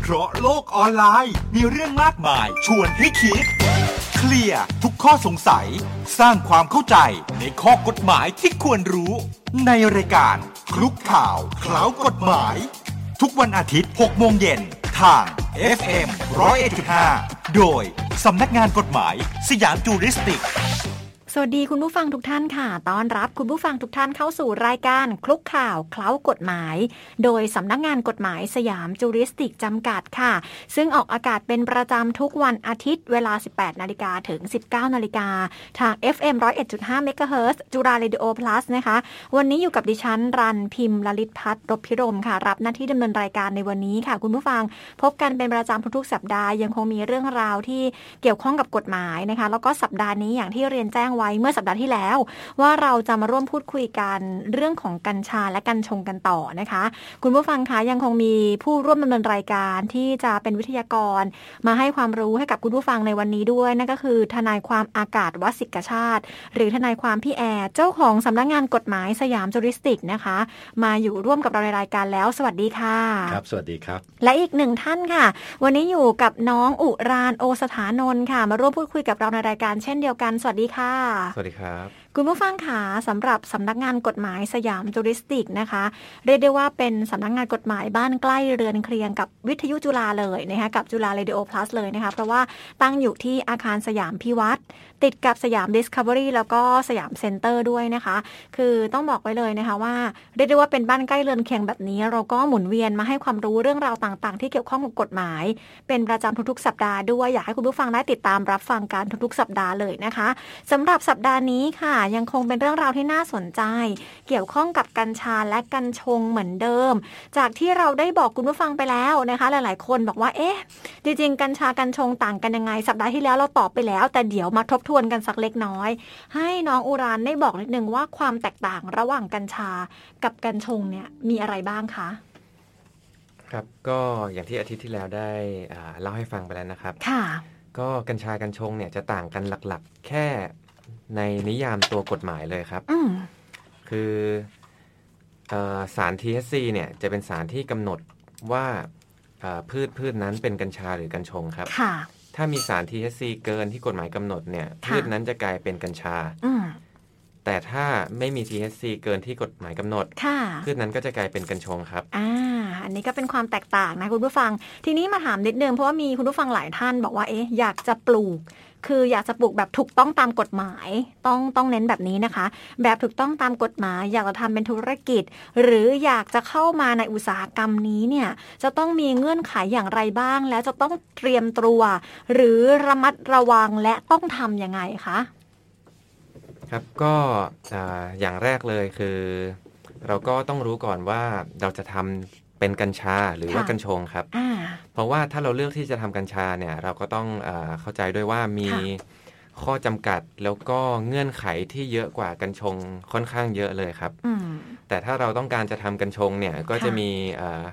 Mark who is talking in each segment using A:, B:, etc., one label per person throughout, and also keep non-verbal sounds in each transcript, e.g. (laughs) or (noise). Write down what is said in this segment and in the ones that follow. A: เพราะโลกออนไลน์มีเรื่องมากมาย ชวนให้คิด เคลียร์ทุกข้อสงสัย สร้างความเข้าใจในข้อกฎหมายที่ควรรู้ ในรายการคลุกข่าวเคล้าวกฎหมาย ทุกวันอาทิตย์ 6 โมงเย็น ทาง FM 101.5 โดยสำนักงานกฎหมายสยามจูริสติก
B: สวัสดีคุณผู้ฟังทุกท่านค่ะ ต้อนรับคุณผู้ฟังทุกท่านเข้าสู่รายการคลุกข่าวเคล้ากฎหมาย โดยสำนักงานกฎหมายสยามจูริสติกจำกัดค่ะ ซึ่งออกอากาศเป็นประจำทุกวันอาทิตย์เวลา 18 นาฬิกาถึง 19 นาฬิกา ทาง FM 101.5 MHz จุฬาเรดิโอ plus นะคะ วันนี้อยู่กับดิฉันรันพิมพ์ลลิตพัฒน์รบพิรมค่ะ รับหน้าที่ดำเนินรายการในวันนี้ค่ะ คุณผู้ฟังพบกันเป็นประจำทุกๆสัปดาห์ยังคงมีเรื่องราวที่เกี่ยวข้องกับกฎหมายนะคะ แล้วก็สัปดาห์นี้อย่างที่เรียนแจ้งไว้เมื่อสัปดาห์ที่แล้ว ว่าเราจะมาร่วมพูดคุยกันเรื่องของกัญชาและกัญชงกันต่อนะคะ คุณผู้ฟังคะยังคงมีผู้ร่วมดำเนินรายการที่จะเป็นวิทยากร มาให้ความรู้ให้กับคุณผู้ฟังในวันนี้ด้วย นั่นก็คือ ทนายความอากาศวสิกชาติ หรือทนายความพี่แอร์เจ้าของสำนักงานกฎหมายสยามจูริสติกนะคะ มาอยู่ร่วมกับเราในรายการแล้ว สวัสดีค่ะ
C: ครับ สวัสดีครับ
B: และอีกหนึ่งท่านค่ะ วันนี้อยู่กับน้องอุรานโอสถานนท์ค่ะ มาร่วมพูดคุยกับเราในรายการเช่นเดียวกัน สวัสดีค่ะ
D: สวัสดีครับ
B: คุณผู้ฟังค่ะสำหรับสำนักงานกฎหมายสยามจูริสติกนะคะ เรียกได้ว่าเป็นสำนักงานกฎหมายบ้านใกล้เรือนเคียงกับวิทยุจุฬาเลยนะคะกับจุฬาเรดิโอพลัสเลยนะคะ เพราะว่าตั้งอยู่ที่อาคารสยามพิวัตรติดกับสยาม Discovery แล้วก็สยามเซ็นเตอร์ด้วยนะคะ คือต้องบอกไว้เลยนะคะว่า เรียกได้ว่าเป็นบ้านใกล้เรือนเคียงแบบนี้ เราก็หมุนเวียนมาให้ความรู้เรื่องราวต่างๆ ที่เกี่ยวข้องกับกฎหมาย เป็นประจำทุกๆ สัปดาห์ด้วยอยากให้คุณผู้ฟังได้ติดตามรับฟังการทุกๆ สัปดาห์เลยนะคะ สำหรับสัปดาห์นี้ค่ะ ยังคงเป็นเรื่องราวที่น่าสนใจ เกี่ยวข้องกับกัญชาและกัญชงเหมือนเดิม จากที่เราได้บอกคุณผู้ฟังไปแล้วนะคะ หลายๆ คนบอกว่าเอ๊ะ จริงๆ กัญชากัญชงต่างกันยังไง สัปดาห์ที่แล้วเราตอบไปแล้ว แต่เดี๋ยวมาทบทวนกันสักเล็กน้อย ให้น้องอุรานได้บอกนิดนึงว่าความแตกต่างระหว่างกัญชากับกัญชงเนี่ยมีอะไรบ้างคะ
D: ครับ ก็อย่างที่อาทิตย์ที่แล้วได้อ่าเล่าให้ฟังไปแล้วนะครับ
B: ค่ะ
D: ก็กัญชากัญชงเนี่ยจะต่างกันหลักๆ แค่ในนิยามตัวกฎหมายเลยครับ
B: อืม
D: คือเออสาร THC เนี่ยจะเป็นสารที่กำหนดว่าเอ่อพืชพืชนั้นเป็นกัญชาหรือกัญชงครับ
B: ค่ะ
D: ถ้ามีสาร THC เกินที่กฎหมายกำหนดเนี่ย
B: ค่ะ
D: พืชนั้นจะกลายเป็นกัญชา
B: อืม
D: แต่ถ้าไม่มี THC เกินที่กฎหมายกำหนด
B: ค่ะ
D: พืชนั้นก็จะกลายเป็นกัญชงครับ
B: อ่า อันนี้ก็เป็นความแตกต่างนะคุณผู้ฟัง ทีนี้มาถามนิดนึงเพราะว่ามีคุณผู้ฟังหลายท่านบอกว่า เอ๊ะ อยากจะปลูก คืออยากจะปลูกแบบถูกต้องตามกฎหมาย ต้องต้องเน้นแบบนี้นะคะ แบบถูกต้องตามกฎหมาย อยากจะทำเป็นธุรกิจ หรืออยากจะเข้ามาในอุตสาหกรรมนี้เนี่ย จะต้องมีเงื่อนไขอย่างไรบ้าง แล้วจะต้องเตรียมตัว หรือระมัดระวังและต้องทำยังไงคะ
D: ครับก็อ่าอย่างแรกเลยคือ เราก็ต้องรู้ก่อนว่าเราจะทำเป็นกัญชาหรือว่า
B: ค่ะ
D: กัญชงครับ
B: อ่า
D: เพราะว่าถ้าเราเลือกที่จะทำกัญชาเนี่ยเราก็ต้องอาเข้าใจด้วยว่ามี
B: ค่ะ
D: ข้อจำกัดแล้วก็เงื่อนไขที่เยอะกว่ากัญชงค่อนข้างเยอะเลยครับ
B: อืม
D: แต่ถ้าเราต้องการจะทำกัญชงเนี่ยก็จะ
B: ค่ะ
D: มีอ่า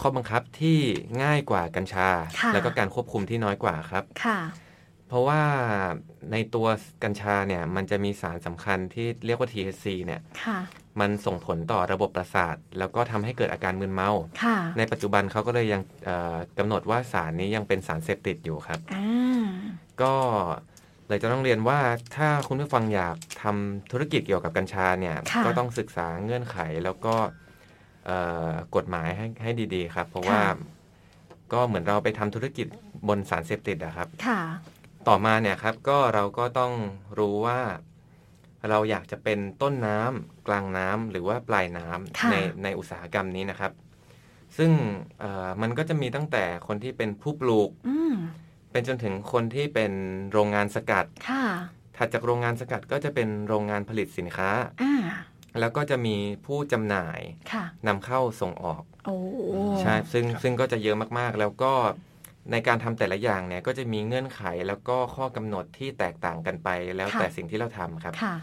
D: ข้อบังคับที่ง่ายกว่ากัญชา
B: ค่ะ
D: แล้วก็การควบคุมที่น้อยกว่าครับ
B: ค่ะ
D: เพราะว่าในตัวกัญชาเนี่ยมันจะมีสารสำคัญที่เรียกว่า THC เนี่ย
B: ค่ะ
D: มันส่งผลต่อระบบประสาท แล้วก็ทำให้เกิดอาการมึนเมา
B: ค่ะ
D: ในปัจจุบันเขาก็เลยยังเอ่อกำหนดว่าสารนี้ยังเป็นสารเสพติดอยู่ครับ
B: อ่า
D: ก็เลยจะต้องเรียนว่าถ้าคุณผู้ฟังอยากทำธุรกิจเกี่ยวกับกัญชาเนี่ย
B: ค่ะ
D: ก็ต้องศึกษาเงื่อนไขแล้วก็เอ่อกฎหมายให้ให้ดีๆครับ เพราะว่าก็เหมือนเราไปทำธุรกิจบนสารเสพติดอะครับ
B: ค่ะ
D: ต่อมาเนี่ยครับก็เราก็ต้องรู้ว่าเราอยากจะเป็นต้นน้ำกลางน้ำหรือว่าปลายน้ำ
B: ค่ะ
D: ในในอุตสาหกรรมนี้นะครับ ซึ่งเอ่อมันก็จะมีตั้งแต่คนที่เป็นผู้ปลูก
B: อืม
D: เป็นจนถึงคนที่เป็นโรงงานสกัด
B: ค่ะ
D: ถัดจากโรงงานสกัดก็จะเป็นโรงงานผลิตสินค้า
B: อ่า
D: แล้วก็จะมีผู้จำหน่าย
B: ค่ะ
D: นำเข้าส่งออก
B: โอ้
D: ใช่ซึ่งซึ่งก็จะเยอะมากๆ แล้วก็ในการทำแต่ละอย่างเนี่ย ก็จะมีเงื่อนไขแล้วก็ข้อกำหนดที่แตกต่างกันไป แล้วแต่สิ่งที่เราทำครับ
B: ค่ะ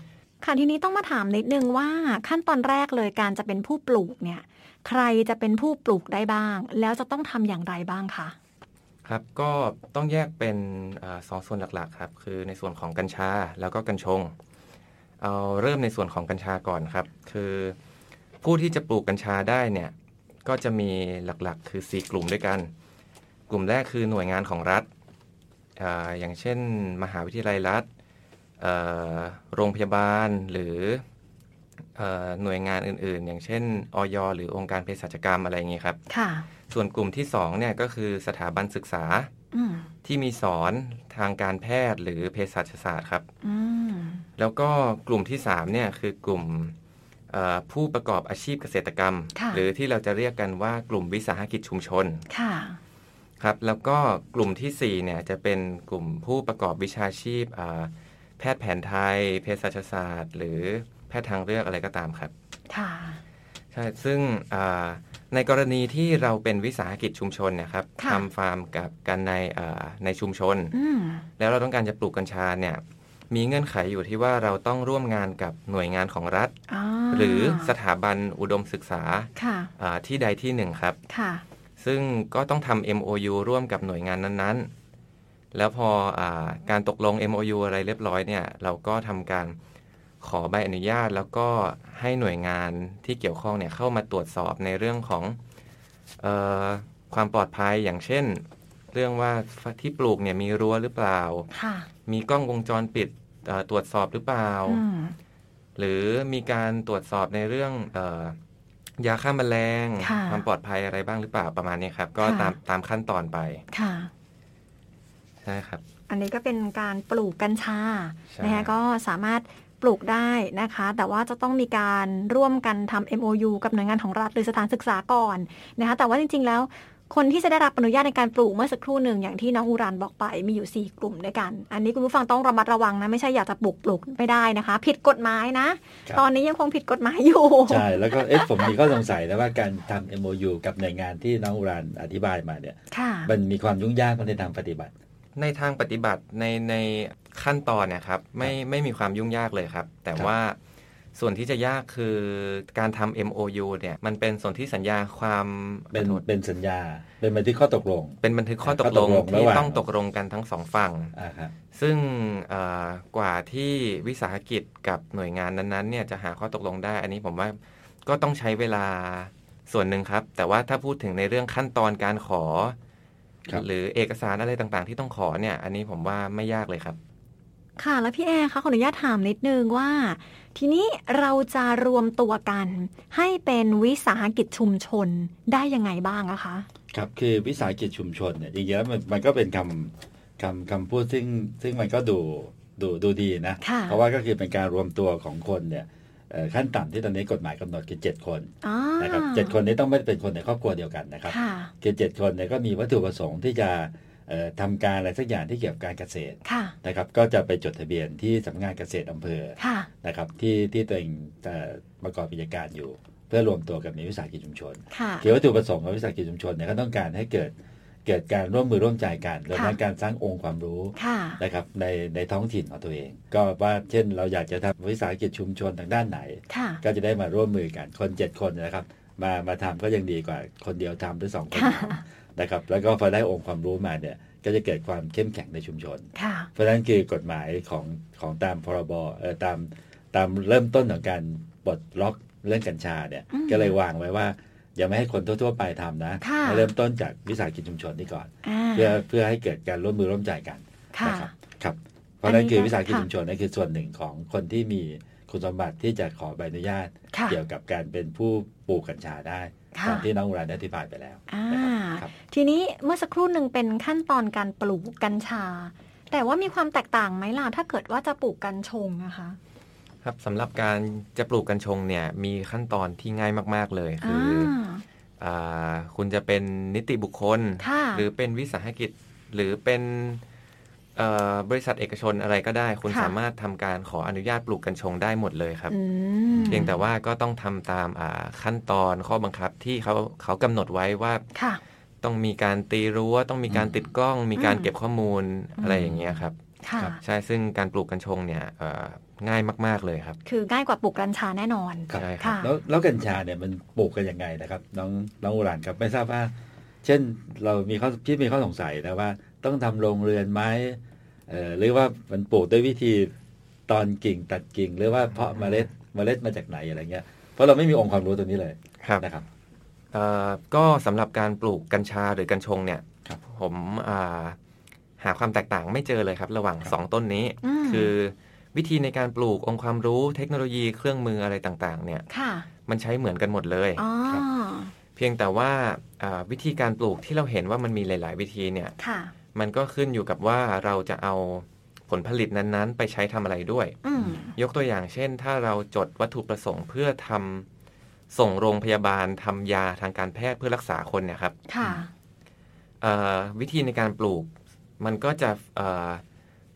B: ค่ะ ทีนี้ต้องมาถามนิดนึงว่าขั้นตอนแรกเลยการจะเป็นผู้ปลูกเนี่ย ใครจะเป็นผู้ปลูกได้บ้าง แล้วจะต้องทำอย่างไรบ้างคะ
D: ครับ ก็ต้องแยกเป็นเออสองส่วนหลักๆครับ คือในส่วนของกัญชาแล้วก็กัญชง เอาเริ่มในส่วนของกัญชาก่อนครับ คือผู้ที่จะปลูกกัญชาได้เนี่ย ก็จะมีหลักๆ คือ 4 กลุ่มด้วยกัน กลุ่มแรกคือหน่วยงานของรัฐอ่าอย่างเช่น มหาวิทยาลัยรัฐเอ่อโรงพยาบาลหรือเอ่อหน่วยงานอื่นๆ อย่างเช่นออยหรือองค์การเภสัชกรรมอะไรอย่างนี้ครับ
B: ค่ะ
D: ส่วนกลุ่มที่สองเนี่ยก็คือสถาบันศึกษา
B: อืม
D: ที่มีสอนทางการแพทย์หรือเภสัชศาสตร์ครับ
B: อืม
D: แล้วก็กลุ่มที่ 3 เนี่ยคือกลุ่มเอ่อผู้ประกอบอาชีพเกษตรกรรม
B: ะ
D: หรือที่เราจะเรียกกันว่ากลุ่มวิสาหกิจชุมชน
B: ค่ะ
D: ครับแล้วก็กลุ่มทีสี่4เนี่ยจะเป็นกลุ่มผู้ประกอบวิชาชีพอ่าแพทย์แผนไทยเภสัชศาสตร์ หรือแพทย์ทางเลือกอะไรก็ตามครับ
B: ค่ะ
D: ใช่ซึ่งอ่าในกรณีที่เราเป็นวิสาหกิจชุมชนเนะครับ
B: ค่ะ
D: ทำฟาร์มกับกันในเอ่อในชุมชน
B: อืม
D: แล้วเราต้องการจะปลูกกัญชาเนี่ยมีเงื่อนไขอยู่ที่ว่าเราต้องร่วมงานกับหน่วยงานของรัฐ
B: อ่า
D: หรือสถาบันอุดมศึกษา
B: ค่ะ
D: อ่าที่ใดที่หนึ่งครับ
B: ค่ะ
D: ซึ่งก็ต้องทำ MOU ร่วมกับหน่วยงานนั้นๆ แล้วพออาการตกลง MOU อะไรเรียบร้อยเนี่ยเราก็ทำการขอใบอนุญาต แล้วก็ให้หน่วยงานที่เกี่ยวข้องเนี่ยเข้ามาตรวจสอบในเรื่องของเออความปลอดภัยอย่างเช่น เรื่องว่าที่ปลูกเนี่ยมีรั้วหรือเปล่า
B: ค่ะ
D: มีกล้องวงจรปิดเอ่อตรวจสอบหรือเปล่า
B: อืม
D: หรือมีการตรวจสอบในเรื่องเออยาฆ่าแมลง
B: ค่ะ
D: ความปลอดภัยอะไรบ้างหรือเปล่าประมาณนี้ครับ ก็
B: ค่ะ
D: ตามตามขั้นตอนไป
B: ค่ะ
D: ใช่ครับ
B: อันนี้ก็เป็นการปลูกกัญชา
D: ใช่
B: นะคะก็สามารถปลูกได้นะคะ แต่ว่าจะต้องมีการร่วมกันทำ MOU กับหน่วยงานของรัฐหรือสถานศึกษาก่อนนะคะ แต่ว่าจริง ๆ แล้ว คนที่จะได้รับอนุญาตในการปลูกเมื่อสักครู่หนึ่งอย่างที่น้องอุรันบอกไปมีอยู่ 4 กลุ่มด้วยกัน อันนี้คุณผู้ฟังต้องระมัดระวังนะ ไม่ใช่อยากจะปลูกปลูกไม่ได้นะคะ ผิดกฎหมายนะ
C: ครับ
B: ตอนนี้ยังคงผิดกฎหมายอยู่
C: ใช่แล้วก็เอ๊ะผมมีข้อสงสัยนะว่าการทำ MOU กับหน่วยงานที่น้องอุรานอธิบายมาเนี่ย
B: ค่ะ
C: มันมีความยุ่งยากมันในทางปฏิบัติ
D: ในทางปฏิบัติในในขั้นตอนเนี่ยครับไม่ไม่มีความยุ่งยากเลยครับ แต่
C: ครับ
D: ว่าส่วนที่จะยากคือการทำ MOU เนี่ยมันเป็นส่วนที่สัญญาความ
C: เป็น
D: ขอโทษ
C: เป็นสัญญา เป็นบันทึกข้อตกลง
D: เป็นบันทึกข้อตก
C: ข้อ
D: ล
C: ต
D: ง
C: กลง
D: ที่
C: ระหว่าง
D: ต้องตกลงกันทั้งสองฝั่ง
C: อ่าครับ
D: ซึ่งเอ่อกว่าที่วิสาหกิจกับหน่วยงานนั้นๆเนี่ยจะหาข้อตกลงได้ อันนี้ผมว่าก็ต้องใช้เวลาส่วนหนึ่งครับ แต่ว่าถ้าพูดถึงในเรื่องขั้นตอนการขอ
C: ครับ
D: หรือเอกสารอะไรต่างๆ ที่ต้องขอเนี่ย อันนี้ผมว่าไม่ยากเลยครับ
B: ค่ะแล้วพี่แอร์คะขออนุญาตถามนิดนึงว่า ทีนี้เราจะรวมตัวกัน ให้เป็นวิสาหกิจชุมชนได้ยังไงบ้างอะคะ
C: ครับคือวิสาหกิจชุมชนเนี่ยจริงๆแล้วมันมันก็เป็นคำคำคำพูดซึ่งซึ่งมันก็ดูดูดูดีนะ
B: ค่ะ
C: เพราะว่าก็คือเป็นการรวมตัวของคนเนี่ยเอ่อขั้นต่ำที่ตอนนี้กฎหมายกำหนดคือ7คน
B: อ่า
C: นะครับเจ็ดคนนี้ต้องไม่เป็นคนในครอบครัวเดียวกันนะครับ
B: ค่ะ
C: คือเจ็ดคนเนี่ยก็มีวัตถุประสงค์ที่จะเอ่อทำการอะไรสักอย่างที่เกี่ยวกับการเกษตร
B: ค่ะ
C: นะครับก็จะไปจดทะเบียนที่สำนักงานเกษตรอำเภอ
B: ค่ะ
C: นะครับที่ที่ตัวเองจะประกอบกิจการอยู่ เพื่อรวมตัวกันในวิสาหกิจชุมชน
B: ค่ะ
C: คือวัตถุประสงค์ของวิสาหกิจชุมชนเนี่ยก็ต้องการให้เกิดเกิดการร่วมมือร่วมใจกันรวมทั้งการสร้างองค์ความรู้
B: ค่ะ
C: นะครับในในท้องถิ่นของตัวเอง ก็ว่าเช่นเราอยากจะทำวิสาหกิจชุมชนทางด้านไหน
B: ค่ะ
C: ก็จะได้มาร่วมมือกันคน 7 คนนะครับ มามาทำก็ยังดีกว่าคนเดียวทำหรือสองคน
B: ค่ะ
C: ทำนะครับแล้วก็พอได้องค์ความรู้มาเนี่ยก็จะเกิดความเข้มแข็งในชุมชน
B: ค่ะ
C: เพราะฉะนั้นคือกฎหมายของของตามพรบเอ่อตามตามเริ่มต้นของการปลดล็อกเรื่องกัญชาเนี่ย
B: อืม
C: ก็เลยวางไว้ว่าอย่าไม่ให้คนทั่ว ๆ ไปทำนะ
B: ค่ะ
C: ให้เริ่มต้นจากวิสาหกิจชุมชนนี่ก่อน
B: อ่า
C: เพื่อเพื่อให้เกิดการร่วมมือร่วมใจกัน
B: ค่ะ
C: นะครับครับเพราะฉะนั้นคืออน
B: นี้ก็
C: วิสาหกิจ
B: ค่ะ
C: ชุมชนนั่นคือส่วนหนึ่งของคนที่มีคุณสมบัติที่จะขอใบอนุญาต
B: ค่ะ
C: เกี่ยวกับการเป็นผู้ปลูกกัญชาได้
B: ค่ะ
C: ตามที่น้องอุรานได้อธิบายไปแล้ว
B: อ่า
C: นะครับครับ
B: ทีนี้เมื่อสักครู่หนึ่งเป็นขั้นตอนการปลูกกัญชา แต่ว่ามีความแตกต่างไหมล่ะ ถ้าเกิดว่าจะปลูกกัญชงนะคะ
D: ครับสำหรับการจะปลูกกัญชงเนี่ยมีขั้นตอนที่ง่ายมาก ๆเลย
B: อ่
D: คือา อาคุณจะเป็นนิติบุคคล
B: ค่ะ
D: หรือเป็นวิสาหกิจหรือเป็นเอ่อบริษัทเอกชนอะไรก็ได้ คุณ
B: ค่ะ
D: สามารถทำการขออนุญาตปลูกกัญชงได้หมดเลยครับ
B: อืม
D: เพียงแต่ว่าก็ต้องทำตามอ่าขั้นตอนข้อบังคับที่เขาเขากำหนดไว้ว่า
B: ค่ะ
D: ต้องมีการตีรั้วต้องมีการ
C: อืม
D: ติดกล้อง มีการ
B: อืม
D: เก็บข้อมูลอะไรอย่างเงี้ยครับ
B: ค่ะ
D: ใช่ซึ่งการปลูกกัญชงเนี่ยเอ่อง่ายมาก ๆเลยครับ
B: คือง่ายกว่าปลูกกัญชาแน่นอน
C: ครับ
D: ใช่ครับ
B: ค่ะ
C: แล้วแล้วกัญชาเนี่ยมันปลูกกันยังไงนะครับน้องน้องอุรานครับไม่ทราบว่า เช่นเรามีข้อพี่มีข้อสงสัยนะว่า ต้องทำโรงเรือนไหมเอ่อหรือว่ามันปลูกด้วยวิธีตอนกิ่งตัดกิ่ง หรือว่าเพาะเมล็ดเมล็ดมาจากไหนอะไรเงี้ยเพราะเราไม่มีองค์ความรู้ตรงนี้เลย
D: ครับ
C: นะครับ
D: เอ่อก็สำหรับการปลูกกัญชาหรือกัญชงเนี่ย
C: ครับ
D: ผมอ่าหาความแตกต่างไม่เจอเลยครับ ระหว่าง 2 ต้นนี้
B: อืม
D: คือวิธีในการปลูกองค์ความรู้เทคโนโลยีเครื่องมืออะไรต่าง ๆ เนี่ย
B: ค่ะ
D: มันใช้เหมือนกันหมดเลย
B: อ๋อ
D: เพียงแต่ว่าอ่าวิธีการปลูกที่เราเห็นว่ามันมีหลาย ๆ วิธีเนี่ย
B: ค่ะ
D: มันก็ขึ้นอยู่กับว่าเราจะเอาผลผลิตนั้นๆ ไปใช้ทำอะไรด้วย
B: อืม
D: ยกตัวอย่างเช่น ถ้าเราจดวัตถุประสงค์เพื่อทำส่งโรงพยาบาลทำยาทางการแพทย์เพื่อรักษาคนเนี่ยครับ
B: ค่ะ
D: เอ่อวิธีในการปลูก มันก็จะเอ่อ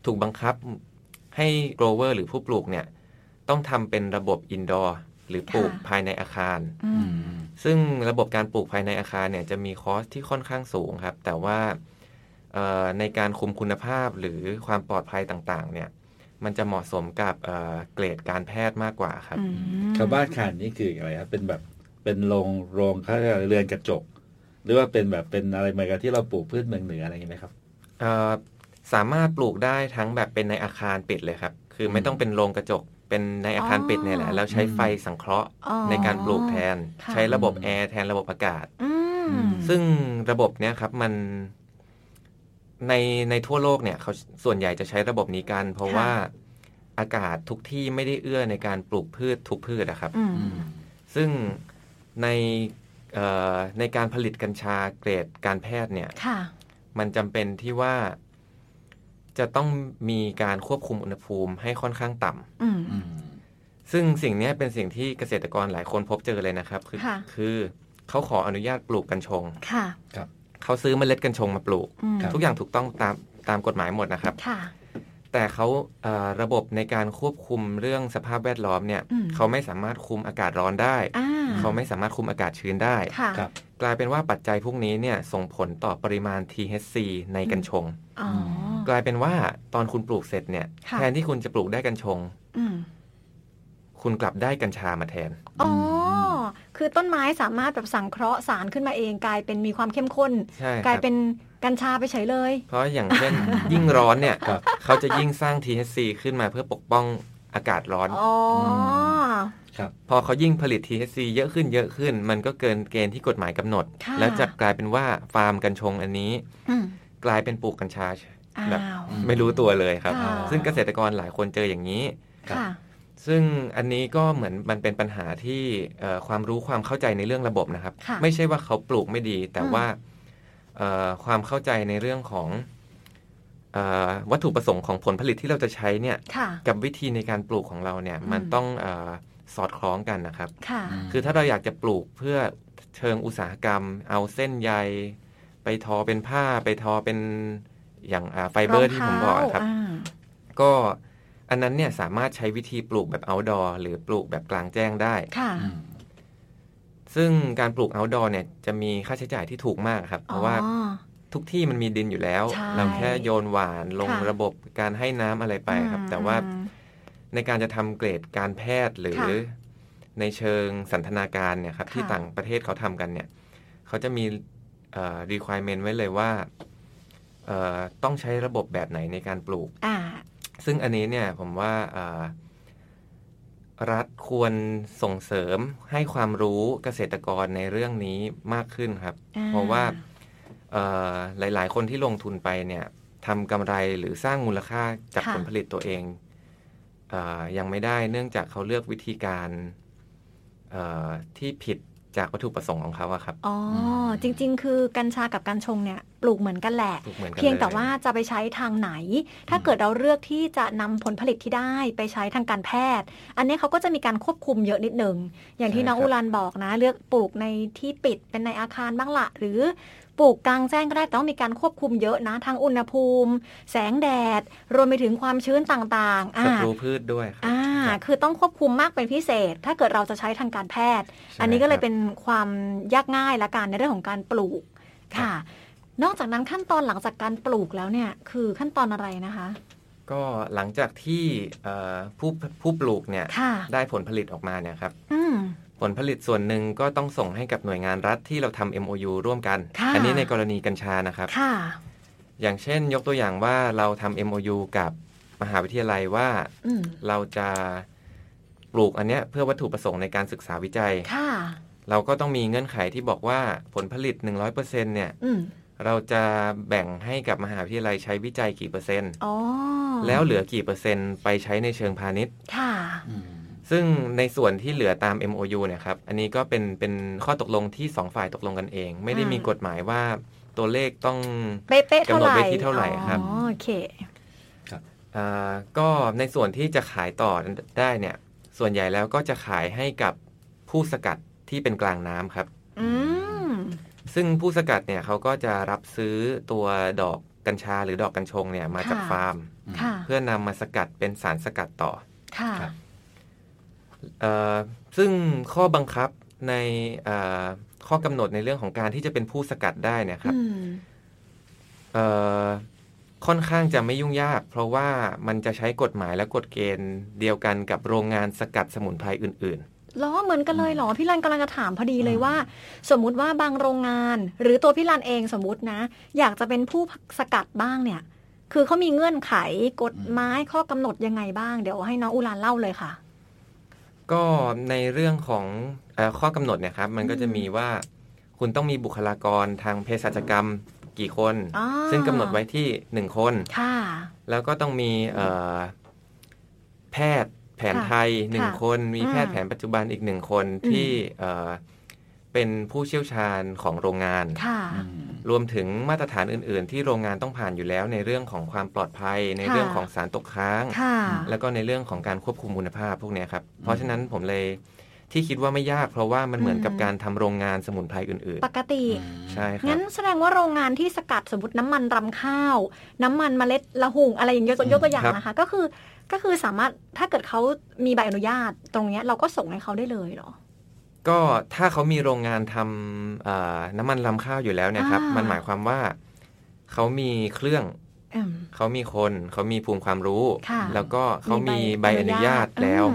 D: ถูกบังคับให้ grower หรือผู้ปลูกเนี่ยต้องทำเป็นระบบ indoor หรือปลูก
B: ค่ะ
D: ภายในอาคาร
B: อื
C: อื
B: ม
C: ม
D: ซึ่งระบบการปลูกภายในอาคารเนี่ยจะมีคอสที่ค่อนข้างสูงครับ แต่ว่าเอ่อในการคุมคุณภาพหรือความปลอดภัยต่างๆ เนี่ย มันจะเหมาะสมกับเอ่อเกรดการแพทย์มากกว่าครับ
B: อืม
C: ชาวบ้านขานนี่คืออะไรครับเป็นแบบเป็นโรงโรงเขาเรียกอะไรเรือนกระจก หรือว่าเป็นแบบเป็นอะไรเหมือนกับที่เราปลูกพืชเมืองเหนืออะไรอย่างนี้ไหมครับ
D: เอ่อสามารถปลูกได้ทั้งแบบเป็นในอาคารปิดเลยครับ คือไม่ต้องเป็นโรงกระจก เป็นในอาคารปิดเนี่ยแหละ แล้วใช้ไฟสังเคราะห์
B: อ๋อ
D: ในการปลูกแทน
B: ค่ะ
D: ใช้ระบบ
C: อืม
D: แอร์แทนระบบอากาศ
B: อืม
D: ซึ่งระบบเนี้ยครับมันในในทั่วโลกเนี่ยเขาส่วนใหญ่จะใช้ระบบนี้กัน เพราะ
B: ค่ะ
D: ว่าอากาศทุกที่ไม่ได้เอื้อในการปลูกพืชทุกพืชนะครับ
B: อืม
D: ซึ่งในเอ่อในการผลิตกัญชาเกรดการแพทย์เนี่ย
B: ค่ะ
D: มันจำเป็นที่ว่าจะต้องมีการควบคุมอุณหภูมิให้ค่อนข้างต่ำ
B: อืม
C: อืม
D: ซึ่งสิ่งเนี้ยเป็นสิ่งที่เกษตรกรหลายคนพบเจอเลยนะครับ คือ
B: ค่ะ
D: คือเขาขออนุญาตปลูกกัญชง
B: ค่ะ
D: เขาซื้อเมล็ดกัญชงมาปลูก
B: อืม
D: ทุกอย่างถูกต้องตามตามกฎหมายหมดนะครับ
B: ค่ะ
D: แต่เขาเอ่อระบบในการควบคุมเรื่องสภาพแวดล้อมเนี่ย
B: อืม
D: เขาไม่สามารถคุมอากาศร้อนได้
B: อ่า
D: เขาไม่สามารถคุมอากาศชื้นได้
B: ค่ะ
C: ครับ
D: กลายเป็นว่าปัจจัยพวกนี้เนี่ยส่งผลต่อปริมาณ THC ในกัญชง
B: อ๋อ
D: กลายเป็นว่าตอนคุณปลูกเสร็จเนี่ย
B: ค่ะ
D: แทนที่คุณจะปลูกได้กัญชง
B: อืม
D: คุณกลับได้กัญชามาแทน
B: อ๋อคือต้นไม้สามารถแบบสังเคราะห์สารขึ้นมาเองกลายเป็นมีความเข้มข้น
D: ใช่ค
B: กลา
D: รั
B: ย
D: บ
B: เป็นกัญชาไปเฉยเลย
D: เพราะอย่างเช่น (laughs) ยิ่งร้อนเนี่ย
C: ครับ
D: เขาจะยิ่งสร้าง THC ขึ้นมาเพื่อปกป้องอากาศร้อน
B: อ๋ออ
C: ครับ
D: พอเขายิ่งผลิต THC เยอะขึ้นเยอะขึ้น มันก็เกินเกณฑ์ที่กฎหมายกำหนด
B: ค่ะ
D: แล้วจะกลายเป็นว่าฟาร์มกัญชงอันนี้
B: อืม
D: กลายเป็นปลูกกัญชา
B: อ้า
D: แบบ
B: ว
D: ไม่รู้ตัวเลยครับ
B: ค่ะ
D: ซึ่งเกษตรกรหลายคนเจออย่างนี้
B: ค่ะ
D: ซึ่งอันนี้ก็เหมือนมันเป็นปัญหาที่เอ่อความรู้ความเข้าใจในเรื่องระบบนะครับ
B: ค่ะ
D: ไม่ใช่ว่าเขาปลูกไม่ดี แต่
B: อืม
D: ว่าเอ่อความเข้าใจในเรื่องของเออวัตถุประสงค์ของผลผลิตที่เราจะใช้เนี่ย
B: ค่ะ
D: กับวิธีในการปลูกของเราเนี่ย มัน
B: อืม
D: ต้องเออสอดคล้องกันนะครับ
B: ค่ะ
D: คือถ้าเราอยากจะปลูกเพื่อเชิงอุตสาหกรรม เอาเส้นใย ไปทอเป็นผ้า ไปทอเป็นอย่างไฟเบอร์ที่ผมบอกอะครับ
B: งเท้าา
D: ก็อันนั้นเนี่ยสามารถใช้วิธีปลูกแบบ outdoor หรือปลูกแบบกลางแจ้งได้
B: ค่ะ
C: อืม
D: ซึ่งการปลูก outdoor เนี่ยจะมีค่าใช้จ่ายที่ถูกมากครับ เพราะว่า
B: อ๋อ
D: ทุกที่มันมีดินอยู่แล้ว
B: ใช่
D: เราแค่โยนหวานลง
B: ค่ะ
D: ระบบการให้น้ำอะไรไปครับ แต่ว่า
B: อืม
D: ในการจะทำเกรดการแพทย์หรือ
B: ค่ะ
D: ในเชิงสันทนาการเนี่ยครับ
B: ค่ะ
D: ที่ต่างประเทศเขาทำกันเนี่ยเขาจะมีเอ่อ requirement ไว้เลยว่าเอ่อต้องใช้ระบบแบบไหนในการปลูก
B: อ่า
D: ซึ่งอันนี้เนี่ยผมว่าเอ่อรัฐควรส่งเสริมให้ความรู้เกษตรกรในเรื่องนี้มากขึ้นครับ
B: อ่า
D: เพราะว่าเอ่อหลาย ๆ คนที่ลงทุนไปเนี่ยทำกำไรหรือสร้างมูลค่าจาก
B: ค่ะ
D: ผลผลิตตัวเองเออยังไม่ได้เนื่องจากเขาเลือกวิธีการเอ่อที่ผิดจากวัตถุประสงค์ของเขาอะครับ
B: อ๋ออจริง ๆ คือกัญชากับกัญชงเนี่ย ปลูกเหมือนกันแหละ
D: ถูกเหมือนกัน
B: เพียง
D: ล
B: แต่ว่าจะไปใช้ทางไหน ถ้าเกิดเราเลือกที่จะนำผลผลิตที่ได้ไปใช้ทางการแพทย์ อันนี้เขาก็จะมีการควบคุมเยอะนิดนึง อย่างที่น้องอุรันบอกนะ เลือกปลูกในที่ปิดเป็นในอาคารบ้างละ หรือปลูกกลางแจ้งก็ได้แต่ต้องมีการควบคุมเยอะนะทั้งอุณหภูมิ แสงแดด รวมไปถึงความชื้นต่างๆ
D: ศั
B: อ่า
D: ตรูพืชด้วยครับ
B: อ่า
D: ครับ
B: คือต้องควบคุมมากเป็นพิเศษ ถ้าเกิดเราจะใช้ทางการแพทย์
D: ใช่
B: อันนี้ก็เลย
D: ครับ
B: เป็นความยากง่ายละกันในเรื่องของการปลูก ค่ะ นอกจากนั้นขั้นตอนหลังจากการปลูกแล้วเนี่ย คือขั้นตอนอะไรนะคะ
D: ก็หลังจากที่เอ่อผู้ผู้ปลูกเนี่ย
B: ค่ะ
D: ได้ผลผลิตออกมาเนี่ยครับ
B: อืม
D: ผลผลิตส่วนหนึ่งก็ต้องส่งให้กับหน่วยงานรัฐที่เราทำ MOU ร่วมกัน
B: ค่ะ
D: อันี้ในกรณีกัญชานะครับ
B: ค่ะ
D: อย่างเช่นยกตัวอย่างว่าเราทำ MOU กับมหาวิทยาลัยว่า
B: อืม
D: เราจะปลูกอันเนี้ยเพื่อวัตถุประสงค์ในการศึกษาวิจัย
B: ค่ะ
D: เราก็ต้องมีเงื่อนไขที่บอกว่าผลผลิต 100%เนี่ย
B: อืม
D: เราจะแบ่งให้กับมหาวิทยาลัยใช้วิจัยกี่เปอร์เซ็นต์
B: อ๋อ
D: แล้วเหลือกี่เปอร์เซ็นต์ไปใช้ในเชิงพาณิชย์
B: ค่ะ
D: ซึ่งในส่วนที่เหลือตาม MOU เนี่ยครับ อันนี้ก็เป็นเป็นข้อตกลงที่ 2 ฝ่ายตกลงกันเอง ไม่ได้
B: อ่ามี
D: มีกฎหมายว่าตัวเลขต้อง
B: เป๊ะๆเท่าไหร่
D: กำหนดไว้ที่เท่าไหร่ครับ
B: อ๋อโอเค
D: อ่าก็ในส่วนที่จะขายต่อได้เนี่ย ส่วนใหญ่แล้วก็จะขายให้กับผู้สกัดที่เป็นกลางน้ำครับ
B: อืม
D: ซึ่งผู้สกัดเนี่ยเขาก็จะรับซื้อตัวดอกกัญชาหรือดอกกัญชงเนี่ยมาจากฟาร์ม
B: ค่ะ
D: เพื่อนำมาสกัดเป็นสารสกัดต่อ
B: ค่ะ
C: ครับ
D: เอ่อซึ่งข้อบังคับในเอ่อข้อกำหนดในเรื่องของการที่จะเป็นผู้สกัดได้เนยครับ
B: อืม
D: เอ่อค่อนข้างจะไม่ยุ่งยาก เพราะว่ามันจะใช้กฎหมายและกฎเกณฑ์เดียวกันกับโรงงานสกัดสมุนไพรอื่น
B: ล้อเหมือนกันเลยเหรอ พี่รันกำลังจะถามพอดีเลย
C: อืม
B: ว่า สมมุติว่าบางโรงงาน หรือตัวพี่รันเองสมมตินะ อยากจะเป็นผู้สกัดบ้างเนี่ย คือเขามีเงื่อนไขกฎหมายข้อกำหนดยังไงบ้าง เดี๋ยวให้น้องอุลานเล่าเลยค่ะ
D: ๆ ก็ในเรื่องของเออข้อกำหนดเนี่ยครับมันก็จะมีว่าคุณต้องมีบุคลากรทางเภสัชกรรมกี่คน
B: อ่า
D: ซึ่งกำหนดไว้ที่หนึ่งคน
B: ค่ะ
D: แล้วก็ต้องมีเอ่อแพทย์แผนไทยหนึ่ง
B: ค่ะ
D: คน มีแพทย์แผนปัจจุบันอีกหนึ่งคน
B: อืม
D: ที่เอ่อเป็นผู้เชี่ยวชาญของโรงงาน
B: ค่ะ
D: รวมถึงมาตรฐานอื่น ๆ ที่โรงงานต้องผ่านอยู่แล้ว ในเรื่องของความปลอดภัย ใน
B: ค่ะ
D: เรื่องของสารตกค้าง
B: ค่ะ
D: แล้วก็ในเรื่องของการควบคุมคุณภาพพวกเนี้ยครับ เพราะฉะนั้นผมเลยที่คิดว่าไม่ยากเพราะว่ามันเหมือนกับ
B: อืม
D: การทำโรงงานสมุนไพรอื่น
B: ปกติ
D: ๆ ใช่ครับ
B: งั้นแสดงว่าโรงงานที่สกัดสมมติน้ำมันรำข้าว น้ำมันเมล็ดละหุ่งอะไรอย่างเงี้ยยกยกตัวอย่าง
D: ครับ
B: นะคะ ก็คือก็คือสามารถถ้าเกิดเขามีใบอนุญาตตรงเนี้ยเราก็ส่งให้เขาได้เลยเหรอ
D: ก็ถ้าเขามีโรงงานทำเอ่อน้ำมันลำข้าวอยู่แล้วเนะครับ
B: อ่ามั
D: มันหมายความว่าเขามีเครื่อง
B: อืม
D: เขามีคน เขามีภูมิความรู้
B: ค่ะ
D: แล้วก็เขามีใบอนุญาตแล้ว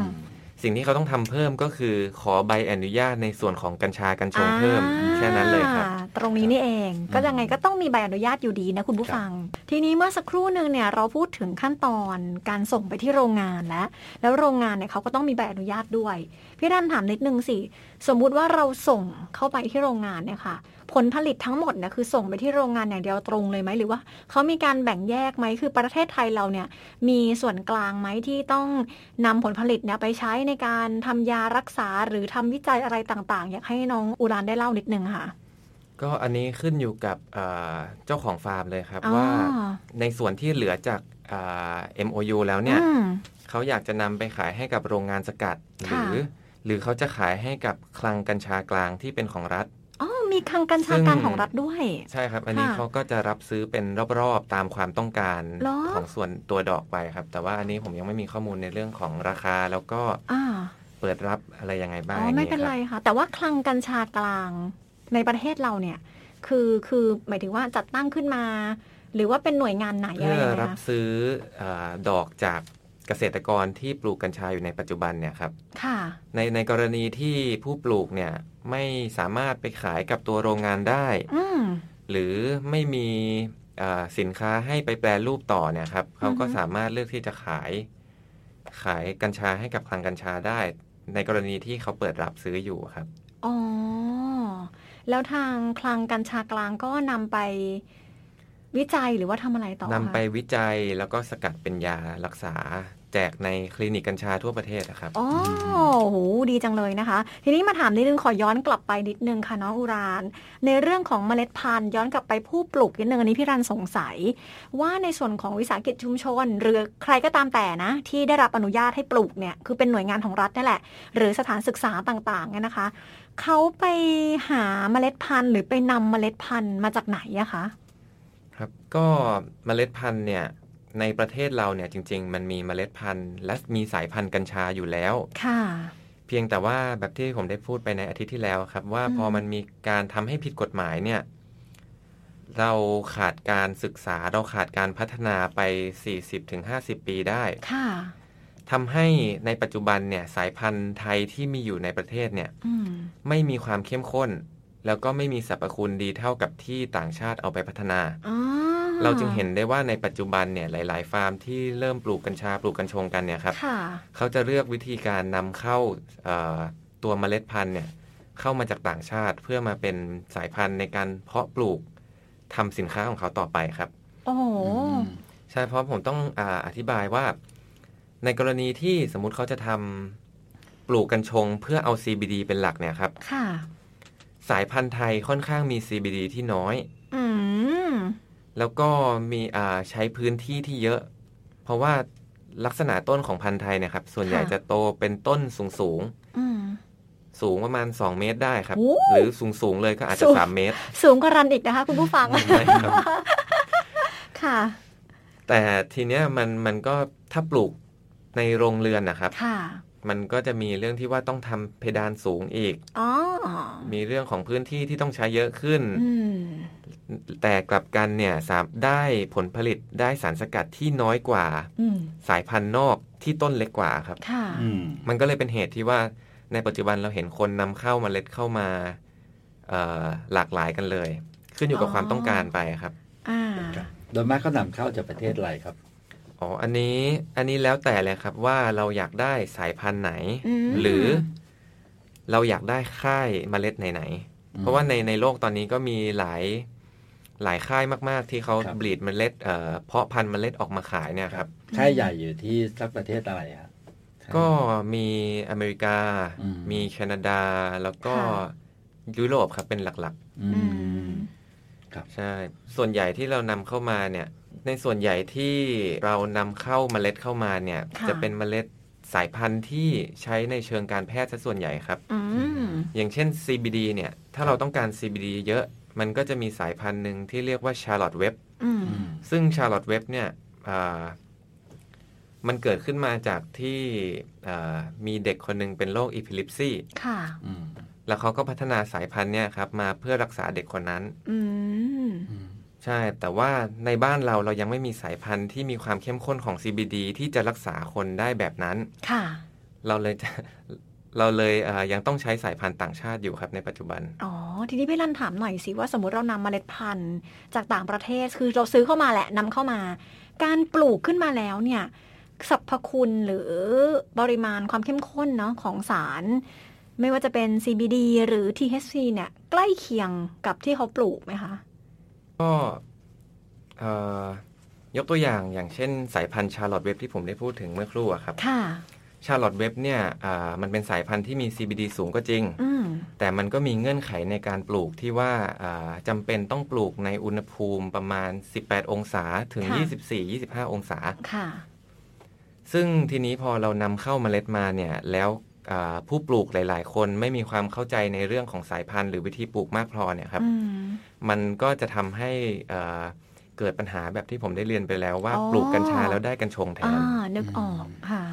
D: สิ่งที่เขาต้องทำเพิ่มก็คือขอใบอนุญาตในส่วนของกัญชากัญชงเพิ่ม
B: อ่า
D: แค่นั้นเลยครับ
B: ตรงนี้นี่เอง
C: อืม
B: ก็ยังไงก็ต้องมีใบอนุญาตอยู่ดีนะคุณผู้ฟัง ทีนี้เมื่อสักครู่หนึ่งเนี่ยเราพูดถึงขั้นตอนการส่งไปที่โรงงานแล้ว แล้วโรงงานเนี่ยเขาก็ต้องมีใบอนุญาตด้วย พี่รันถามนิดนึงสิ สมมุติว่าเราส่งเข้าไปที่โรงงานเนี่ยค่ะ ผลผลิตทั้งหมดเนี่ยคือส่งไปที่โรงงานอย่างเดียวตรงเลยไหมหรือว่าเขามีการแบ่งแยกไหมคือประเทศไทยเราเนี่ย มีส่วนกลางไหมที่ต้องนำผลผลิตเนี่ยไปใช้ในการทำยารักษาหรือทำวิจัยอะไรต่างๆ อยากให้น้องอุรานได้เล่านิดนึงค่ะ
D: ก็อันนี้ขึ้นอยู่กับเอ่อเจ้าของฟาร์มเลยครับ
B: อ๋อ
D: ว่าในส่วนที่เหลือจากเอ่อ MOU แล้วเนี่ย
B: อืม
D: เขาอยากจะนำไปขายให้กับโรงงานสกัด ห
B: ค่ะ
D: รือ หรือเขาจะขายให้กับคลังกัญชากลางที่เป็นของรัฐ
B: อ๋อมีคลังกัญชา
D: ซึ่ง
B: กลางของรัฐด้วย
D: ใช่ครับ อันนี้
B: ค่ะ
D: เขาก็จะรับซื้อเป็นรอบๆตามความต้องการ
B: หรอ
D: ของส่วนตัวดอกไปครับ แต่ว่าอันนี้ผมยังไม่มีข้อมูลในเรื่องของราคา แล้วก็
B: อ่า
D: เปิดรับอะไรยังไงบ้า
B: อ๋
D: ง
B: อ
D: อย่าง
B: ไม่
D: งี้ย
B: เป็น
D: ค
B: ไร
D: รับ
B: ค่ะ แต่ว่าคลังกัญชากลางในประเทศเราเนี่ย คือคือหมายถึงว่าจัดตั้งขึ้นมา หรือว่าเป็นหน่วยงานไหนอะ
D: เพื่
B: ไร
D: อ
B: ยังไง
D: รับ
B: คะ
D: ซื้อเออดอกจากเกษตรกรที่ปลูกกัญชาอยู่ในปัจจุบันเนี่ยครับ
B: ค่ะ
D: ในในกรณีที่ผู้ปลูกเนี่ยไม่สามารถไปขายกับตัวโรงงานได้
B: อืม
D: หรือไม่มีเอ่อสินค้าให้ไปแปรรูปต่อเนี่ยครับเขาก็
B: อือฮึ
D: สามารถเลือกที่จะขาย ขายกัญชาให้กับคลังกัญชาได้ ในกรณีที่เขาเปิดรับซื้ออยู่ครับ
B: อ๋อ แล้วทางคลังกัญชากลางก็นำไปวิจัยหรือว่าทำอะไรต่อน
D: ำ
B: คะ
D: ไปวิจัยแล้วก็สกัดเป็นยารักษา แจกในคลินิกกัญชาทั่วประเทศนะครับ
B: อ๋อโอ้โหดีจังเลยนะคะ ทีนี้มาถามนิดนึงขอย้อนกลับไปนิดนึงค่ะน้องอุราน ในเรื่องของเมล็ดพันธุ์ย้อนกลับไปผู้ปลูกนิดนึงอันนี้พี่รันสงสัย ว่าในส่วนของวิสาหกิจชุมชน หรือใครก็ตามแต่นะ ที่ได้รับอนุญาตให้ปลูกเนี่ยคือเป็นหน่วยงานของรัฐนั่นแหละ หรือสถานศึกษาต่างๆเนี่ยนะคะเขาไปหาเมล็ดพันธุ์ หรือไปนำเมล็ดพันธุ์มาจากไหนอะคะ
D: ครับก็เมล็ดพันธุ์เนี่ยในประเทศเราเนี่ยจริง ๆ มันมีเมล็ดพันธุ์ และมีสายพันธุ์กัญชาอยู่แล้ว
B: ค่ะ
D: เพียงแต่ว่าแบบที่ผมได้พูดไปในอาทิตย์ที่แล้วครับ ว่า
B: อืม
D: พอมันมีการทำให้ผิดกฎหมายเนี่ย เราขาดการศึกษาเราขาดการพัฒนาไป 40-50 ปีได้
B: ค่ะ
D: ทำให้ในปัจจุบันเนี่ยสายพันธุ์ไทยที่มีอยู่ในประเทศเนี่ย
B: อืม
D: ไม่มีความเข้มข้น แล้วก็ไม่มีสรรพคุณดีเท่ากับที่ต่างชาติเอาไปพัฒนา
B: อ๋อ
D: เราจึงเห็นได้ว่าในปัจจุบันเนี่ยหลาย ๆ ฟาร์มที่เริ่มปลูกกัญชาปลูกกัญชงกันเนี่ยครับ
B: ค่ะ
D: เขาจะเลือกวิธีการนำเข้าเอ่อตัวเมล็ดพันธุ์เนี่ย เข้ามาจากต่างชาติ เพื่อมาเป็นสายพันธุ์ในการเพาะปลูกทำสินค้าของเขาต่อไปครับ
B: โอ้โห
C: ม
D: ใช่เพราะผมต้องอาอธิบายว่า ในกรณีที่สมมุติเขาจะทำปลูกกัญชง เพื่อเอา CBD เป็นหลักเนี่ยครับ
B: ค่ะ
D: สายพันธุ์ไทยค่อนข้างมี CBD ที่น้อย
B: อืม
D: แล้วก็มีอ่าใช้พื้นที่ที่เยอะ เพราะว่าลักษณะต้นของพันธุ์ไทยเนยครับ ส่วนใหญ่
B: ค่ะ
D: จะโตเป็นต้นสูงสูง
B: อืม
D: ๆสูงประมาณ 2 เมตรได้ครับ
B: โอ้
D: หรือสูงสูงๆเลยก็อาจจะ
B: สูง
D: 3 เมตร
B: สูงกว่ารันอีกนะคะ คุณผู้ฟัง
D: ได้ครับ
B: ค่ะ
D: แต่ทีเนี้ยมันมันก็ถ้าปลูกในโรงเรือนนะครับ
B: ค่ะ
D: มันก็จะมีเรื่องที่ว่าต้องทำเพดานสูงอีก
B: อ๋อ
D: มีเรื่องของพื้นที่ที่ต้องใช้เยอะขึ้น
B: อืม
D: แต่กลับกันเนี่ยสามได้ผลผลิตได้สารสกัดที่น้อยกว่า
B: อืม
D: สายพันธุ์นอกที่ต้นเล็กกว่าครับ
B: ค่ะ
C: อืม
D: มันก็เลยเป็นเหตุที่ว่าในปัจจุบันเราเห็นคนนำเข้าเมล็ดเข้ามาเอ่อหลากหลายกันเลย ขึ้นอยู่กับ
B: อ๋อ
D: ความต้องการไปครับ
B: อ่า
C: ครับโดยมากเขานำเข้าจากประเทศอะไรครับ
D: อ๋ออันนี้อันนี้แล้วแต่เลยครับว่าเราอยากได้สายพันธุ์ไหน
B: อืม
D: หรือเราอยากได้ค่ายเมล็ดไหนๆ
C: อืม
D: เพราะว่าในในโลกตอนนี้ก็มีหลายหลายค่ายมากๆ ที่เขา
C: ครับ
D: บลีดเมล็ดเอ่อเพาะพันธุ์เมล็ดออกมาขายเนี่ยครับ
C: ค่ายใหญ่อยู่ที่สักประเทศอะไรฮะ
D: ก็มีอเมริกา
C: อืม
D: มีแคนาดา แล้วก็
B: ค่ะ
D: ยุโรปครับเป็นหลัก
C: อื
B: อื
C: ม
B: ม
C: ครับ
D: ๆ ใช่ ส่วนใหญ่ที่เรานำเข้ามาเนี่ย ในส่วนใหญ่ที่เรานำเข้าเมล็ดเข้ามาเนี่ย
B: ค่ะ
D: จะเป็นเมล็ดสายพันธุ์ที่ใช้ในเชิงการแพทย์ซะส่วนใหญ่ครับ
B: อืม
D: อย่างเช่น CBD เนี่ย ถ้าเราต้องการ CBD เยอะ มันก็จะมีสายพันธุ์หนึ่งที่เรียกว่า Charlotte Web
B: อืม
C: อืม
D: ซึ่ง Charlotte Web เนี่ยอ่ามันเกิดขึ้นมาจากที่อ่ามีเด็กคนหนึ่งเป็นโรคอีพิลิปซี
B: ค่ะ
C: อืม
D: แล้วเขาก็พัฒนาสายพันธุ์เนี่ยครับมาเพื่อรักษาเด็กคนนั้น
B: อืม
C: อืม
D: ใช่ แต่ว่าในบ้านเราเรายังไม่มีสายพันธุ์ที่มีความเข้มข้นของ CBD ที่จะรักษาคนได้แบบนั้น
B: ค่ะ
D: เราเลยจะ (laughs) เราเลยอ่ายังต้องใช้สายพันธุ์ต่างชาติอยู่ครับในปัจจุบัน
B: อ๋อ ทีนี้พี่รันถามหน่อยสิว่าสมมติเรานำเมล็ดพันธุ์จากต่างประเทศคือเราซื้อเข้ามาแหละนำเข้ามา การปลูกขึ้นมาแล้วเนี่ยสรรพคุณหรือปริมาณความเข้มข้นเนาะของสาร ไม่ว่าจะเป็น CBD หรือ THC เนี่ยใกล้เคียงกับที่เขาปลูกไหมคะ
D: ก็เอ่อยกตัวอย่างอย่างเช่น สายพันธุ์ชาร์ลอตเว็บที่ผมได้พูดถึงเมื่อครู่อะครับ
B: ค่ะ
D: ชาร์ลอตเว็บเนี่ยอ่ามันเป็นสายพันธุ์ที่มี CBD สูงก็จริง
B: อืม
D: แต่มันก็มีเงื่อนไขในการปลูกที่ว่าอ่าจำาเป็นต้องปลูกในอุณหภูมิประมาณ 18 องศาถึง
B: ค่ะ
D: 24-25 องศา
B: ค่ะ
D: ซึ่งทีนี้พอเรานำเข้าเมล็ดมาเนี่ยแล้วอ่าผู้ปลูกหลาย ๆ คนไม่มีความเข้าใจในเรื่องของสายพันธุ์หรือวิธีปลูกมากพอเนี่ยครับ
B: อืม
D: มันก็จะทำให้เอ่อเกิดปัญหาแบบที่ผมได้เรียนไปแล้วว่า
B: อ๋อ
D: ปลูกกัญชาแล้วได้กัญชงแท
B: อ่าน นึกออกค่ะ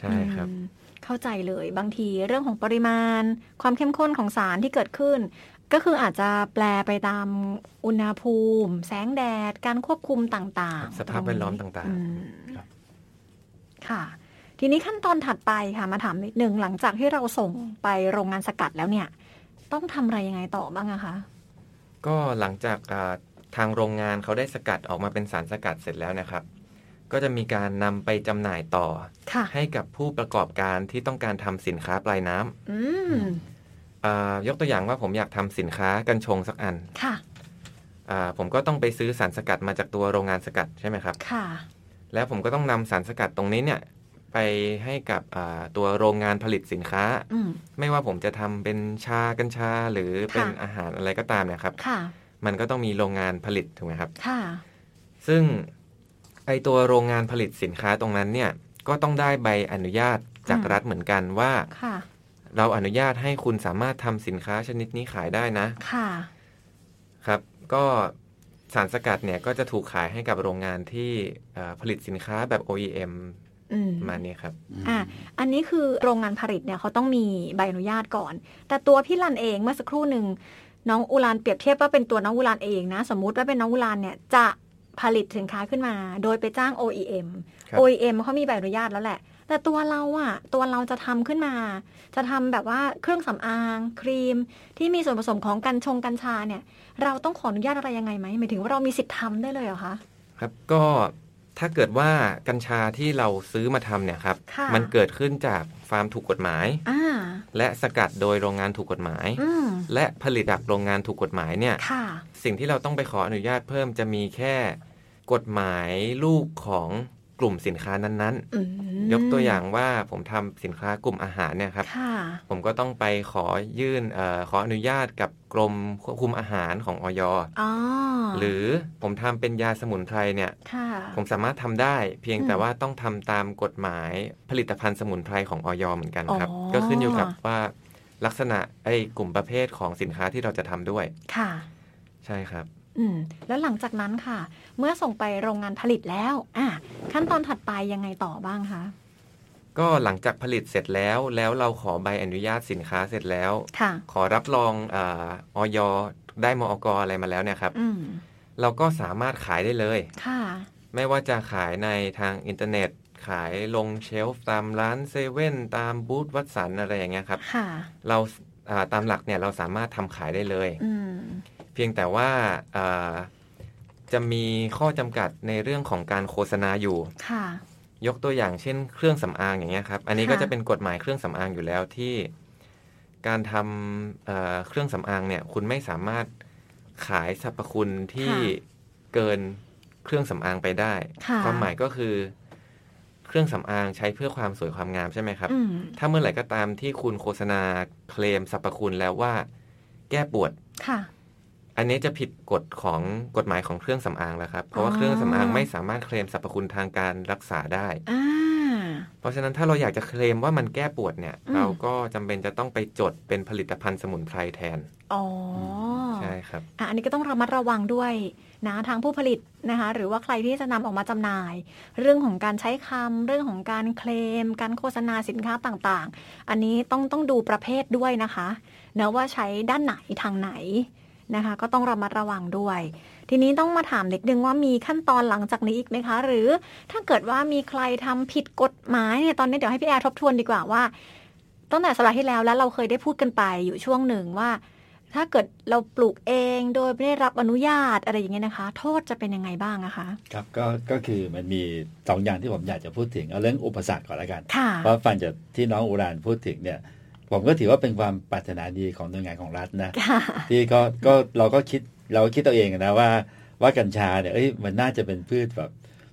D: ใช่ครับ
B: อืมเข้าใจเลยบางทีเรื่องของปริมาณ ความเข้มข้นของสารที่เกิดขึ้น ก็คืออาจจะแปลไปตามอุณหภูมิ แสงแดด การควบคุมต่างๆ
D: สภาพแวดล้อมต่าง
B: อืมค่ะ ทีนี้ขั้นตอนถัดไปค่ะ มาถามนิดนึงหลังจากที่เราส่งไปโรงงานสกัดแล้วเนี่ย ต้องทำอะไรยังไงต่อบ้างอะคะ
D: ๆ ก็หลังจากอ่าทางโรงงานเขาได้สกัดออกมาเป็นสารสกัดเสร็จแล้วนะครับ ก็จะมีการนำไปจำหน่ายต่อ
B: ค่ะ
D: ให้กับผู้ประกอบการที่ต้องการทำสินค้าปลายน้ำ
B: อืม
D: อ่ายกตัวอย่างว่าผมอยากทำสินค้ากัญชงสักอัน
B: ค่ะ
D: อ่าผมก็ต้องไปซื้อสารสกัดมาจากตัวโรงงานสกัดใช่ไหมครับ
B: ค่ะ
D: แล้วผมก็ต้องนำสารสกัดตรงนี้เนี่ยไปให้กับอ่าตัวโรงงานผลิตสินค้า
B: อืม
D: ไม่ว่าผมจะทำเป็นชากัญชาหรือเป็น
B: ค่ะ
D: อาหารอะไรก็ตามเนะครับ
B: ค่ะ
D: มันก็ต้องมีโรงงานผลิตถูกไหมครับ
B: ค่ะ
D: ซึ่งไอตัวโรงงานผลิตสินค้าตรงนั้นเนี่ยก็ต้องได้ใบอนุญาตจาก
B: อืม
D: รัฐเหมือนกันว่า
B: ค่ะ
D: เราอนุญาตให้คุณสามารถทำสินค้าชนิดนี้ขายได้นะ
B: ค่ะ
D: ครับ ก็สารสกัดเนี่ยก็จะถูกขายให้กับโรงงานที่เอ่อผลิตสินค้าแบบ OEM
B: อืม
D: ประมาณนี้ครับ
B: อ่ะ อันนี้คือโรงงานผลิตเนี่ยเขาต้องมีใบอนุญาตก่อน แต่ตัวพี่รันเองเมื่อสักครู่หนึ่งน้องอุลานเปรียบเทียบว่าเป็นตัวน้องอุลานเองนะ สมมุติว่าเป็นน้องอุลานเนี่ยจะผลิตสินค้าขึ้นมา โดยไปจ้าง OEM
D: ครับ
B: OEM เขามีใบอนุญาตแล้วแหละ แต่ตัวเราอะตัวเราจะทำขึ้นมา จะทำแบบว่าเครื่องสำอางครีม ที่มีส่วนผสมของกัญชงกัญชาเนี่ย เราต้องขออนุญาตอะไรยังไงไหมหมายถึงว่าเรามีสิทธิ์ทำได้เลยเหรอคะ
D: ครับก็ ถ้าเกิดว่ากัญชาที่เราซื้อมาทำเนี่ยครับ
B: ค่ะ
D: มันเกิดขึ้นจากฟาร์มถูกกฎหมาย
B: อ่า
D: และสกัดโดยโรงงานถูกกฎหมาย
B: อืม
D: และผลิตจากโรงงานถูกกฎหมายเนี่ย
B: ค่ะ
D: สิ่งที่เราต้องไปขออนุญาตเพิ่มจะมีแค่กฎหมายลูกของกลุ่มสินค้านั้น
B: อืม
D: ๆ ยกตัวอย่างว่าผมทำสินค้ากลุ่มอาหารเนี่ยครับ
B: ค่ะ
D: ผมก็ต้องไปขอยื่นเออขออนุญาตกับกรมควบคุมอาหารของออย
B: อ๋อ
D: หรือผมทำเป็นยาสมุนไพรเนี่ย
B: ค่ะ
D: ผมสามารถทำได้ เพียง
B: อืม
D: แต่ว่าต้องทำตามกฎหมายผลิตภัณฑ์สมุนไพรของออยเหมือนกันครับ
B: อ๋อ
D: ก็ขึ้นอยู่กับว่าลักษณะไอ้กลุ่มประเภทของสินค้าที่เราจะทำด้วย
B: ค่ะ
D: ใช่ครับ
B: อืม แล้วหลังจากนั้นค่ะ เมื่อส่งไปโรงงานผลิตแล้ว อ่ะขั้นตอนถัดไปยังไงต่อบ้างคะ
D: ก็หลังจากผลิตเสร็จแล้ว แล้วเราขอใบอนุญาตสินค้าเสร็จแล้ว
B: ค่ะ
D: ขอรับรองเอออยได้มอกอะไรมาแล้วเนี่ยครับ
B: อืม
D: เราก็สามารถขายได้เลย
B: ค่ะ
D: ไม่ว่าจะขายในทางอินเทอร์เน็ต ขายลงเชลฟ์ตามร้านเซเว่นตามบูธวัดสันอะไรอย่างเงี้ยครับ
B: ค่ะ
D: เราอ่าตามหลักเนี่ยเราสามารถทำขายได้เลย
B: อืม
D: เพียงแต่ว่าอ่าจะมีข้อจำกัดในเรื่องของการโฆษณาอยู่
B: ค่ะ
D: ยกตัวอย่างเช่น เครื่องสำอางอย่างเงี้ยครับ อันนี้ก็
B: ค่ะ
D: จะเป็นกฎหมายเครื่องสำอางอยู่แล้วที่การทำเอ่อเครื่องสำอางเนี่ยคุณไม่สามารถขายสรรพคุณที่เกินเครื่องสำอางไปได้
B: ค่ะ
D: ความหมายก็คือ เครื่องสำอางใช้เพื่อความสวยความงามใช่ไหมครับ
B: อืม
D: ถ้าเมื่อไหร่ก็ตามที่คุณโฆษณาเคลมสรรพคุณแล้วว่า แก้ปวด
B: ค่ะ
D: อันนี้จะผิดกฎของกฎหมายของเครื่องสำอางแล้วครับ เพราะว่า
B: อ๋อ
D: เครื่องสำอางไม่สามารถเคลมสรรพคุณทางการรักษาได้
B: อ่า
D: เพราะฉะนั้นถ้าเราอยากจะเคลมว่ามันแก้ปวดเนี่ย
B: อืม
D: เราก็จำเป็นจะต้องไปจดเป็นผลิตภัณฑ์สมุนไพรแทน
B: อ๋อ
D: ใช่ครับ
B: อ่ะอันนี้ก็ต้องระมัดระวังด้วยนะทางผู้ผลิตนะคะ หรือว่าใครที่จะนำออกมาจำหน่าย เรื่องของการใช้คำเรื่องของการเคลม การโฆษณาสินค้าต่างๆ อันนี้ต้องต้องดูประเภทด้วยนะคะนะว่าใช้ด้านไหนทางไหนนะคะ ก็ต้องระมัดระวังด้วย ทีนี้ต้องมาถามเด็กดึงว่ามีขั้นตอนหลังจากนี้อีกไหมคะ หรือถ้าเกิดว่ามีใครทำผิดกฎหมายเนี่ยตอนนี้เดี๋ยวให้พี่แอร์ทบทวนดีกว่าว่าตั้งแต่สัปดาห์ที่แล้วแล้วเราเคยได้พูดกันไปอยู่ช่วงหนึ่งว่า ถ้าเกิดเราปลูกเองโดยไม่ได้รับอนุญาตอะไรอย่างเงี้ยนะคะ โทษจะเป็นยังไงบ้างอะคะ
C: ครับก็ก็คือมันมีสองอย่างที่ผมอยากจะพูดถึงเอาเรื่องอุปสรรคก่อนละกัน
B: ค่ะ
C: เพราะฟังจากที่น้องอุรานพูดถึงเนี่ยผมก็ถือว่าเป็นความปรารถนาดีของหน่วยงานของรัฐนะ
B: ค่ะ
C: ที่ก็ก็เราก็คิดเราก็คิดตัวเองนะว่าว่ากัญชาเนี่ยเอ้ยมันน่าจะเป็นพืชแบบ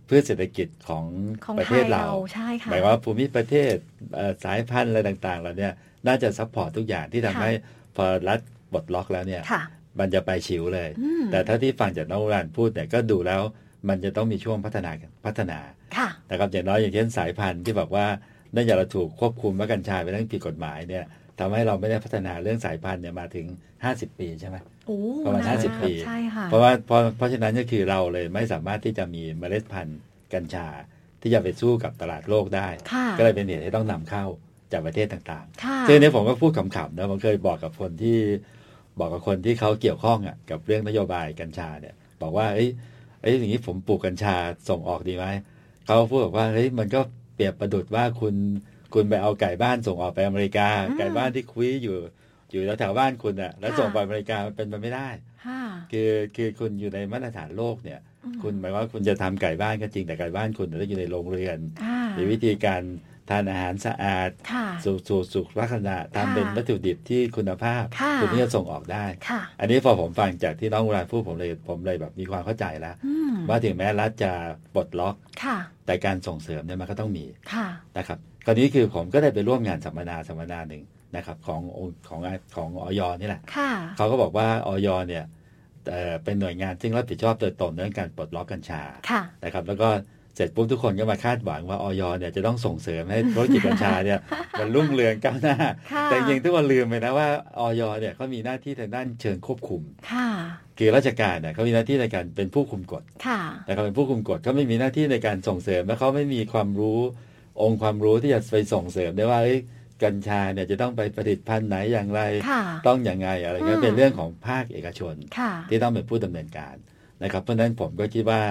C: พืชเศรษฐกิจของ
B: ของ
C: ประ
B: ไท
C: เท
B: ย
C: ศ
B: เรา
C: เรา
B: ใช่ค่ะ
C: หมายความว่าภูมิประเทศเอ่อสายพันธุ์อะไรต่างๆเราเนี่ยน่าจะซัพพอร์ตทุกอย่างที่ทำ
B: ค่ะ
C: ให้พอรัฐบดล็อกแล้วเนี่ย
B: ค่ะ
C: มันจะไปชิวเลย
B: อืม
C: แต่ถ้าที่ฟังจากน้องอุรานพูดเนี่ยก็ดูแล้วมันจะต้องมีช่วงพัฒนาพัฒนา
B: ค่ะ
C: นะครับอย่างน้อยอย่างเช่นสายพันธุ์ที่บอกว่าเนื่องจากเราถูกควบคุมว่ากัญชาเป็นเรื่องผิดกฎหมายเนี่ยทำให้เราไม่ได้พัฒนาเรื่องสายพันธุ์เนี่ยมาถึง 50 ปีใช่ไหม
B: โอ้
C: ประมาณ
B: นน
C: ห้าสิบปี
B: ใช่ค่ะ
C: เพราะว่าเพราะเพราะฉะนั้นก็คือเราเลยไม่สามารถที่จะมีเมล็ดพันธุ์กัญชา ที่จะไปสู้กับตลาดโลกได้
B: ค่ะ
C: ก็เลยเป็นเหตุที่ต้องนำเข้าจากประเทศต่าง
B: ค่ะ
C: ๆซึ่งในผมก็พูดขำๆนะผมเคยบอกกับคนที่บอกกับคนที่เขาเกี่ยวข้องอ่ะกับเรื่องนโยบายกัญชาเนี่ยบอกว่าเอ้ยเอ้ยอย่างนี้ผมปลูกกัญชาส่งออกดีไหมเขาพูดบอกว่าเฮ้ยมันก็เปรียบประดุดว่าคุณคุณไปเอาไก่บ้านส่งออกไปอเมริกา
B: อืม
C: ไก่บ้านที่คุยอยู่อยู่แถวๆบ้านคุณอ่ะแล้ว
B: ค่ะ
C: ส่งไปอเมริกามันเป็นไปไม่ได้
B: ค่ะ
C: คือคือคุณอยู่ในมาตรฐานโลกเนี่ย
B: อืม
C: คุณหมายว่าคุณจะทำไก่บ้านก็จริงแต่ไก่บ้านคุณต้องอยู่ในโรงเรือน
B: อ่า
C: มีวิธีการทานอาหารสะอาด
B: ค่ะ
C: สู่สู่สุขลักษณะทำเป็น
B: ค่ะ
C: วัตถุดิบที่คุณภาพ
B: ค่ะ
C: คุณที่จะส่งออกได้
B: ค่ะ
C: อันนี้พอผมฟังจากที่น้องวรานพูดผมเลยผมเลยแบบมีความเข้าใจแล้ว
B: อืม
C: ว่าถึงแม้รัฐจะปลดล็อก
B: ค่ะ
C: แต่การส่งเสริมเนี่ยมันก็ต้องมี
B: ค่ะ
C: นะครับคราวนี้คือผมก็ได้ไปร่วมงานสัมมนาสัมมนาหนึ่งนะครับขององค์ของของอยนี่แหละ
B: ค่ะ
C: เขาก็บอกว่าออยเนี่ยเอ่อเป็นหน่วยงานซึ่งรับผิดชอบโดยตรงเรื่องการปลดล็อกกัญชา
B: ค่ะ
C: นะครับแล้วก็เสร็จปุ๊บทุกคนก็มาคาดหวังว่าออยเนี่ยจะต้องส่งเสริม
B: (laughs)
C: ให้ธุรกิจกัญชาเนี่ย มันรุ่งเรืองก้าวหน้า
B: ค่ะ
C: แต่จริงๆทุกคนลืมไปนะว่าออยเนี่ยเขามีหน้าที่ทางด้านเชิงควบคุม
B: ค่ะ
C: คือราชการเนี่ยเขามีหน้าที่ในการเป็นผู้คุมกฎ
B: ค่ะ
C: แต่เขาเป็นผู้คุมกฎเขาไม่มีหน้าที่ในการส่งเสริมและเขาไม่มีความรู้องค์ความรู้ที่จะไปส่งเสริมได้ว่าเอ้ยกัญชาเนี่ยจะต้องไปผลิตพันธุ์ไหนอย่างไร
B: ค่ะ
C: ต้องอย่างไงอะไร
B: อื
C: ก็
B: ม
C: เป็นเรื่องของภาคเอกชน
B: ค่ะ
C: ที่ต้องเป็นผู้ดำเนินการนะครับ เพราะฉะนั้นผมก็คิดว่า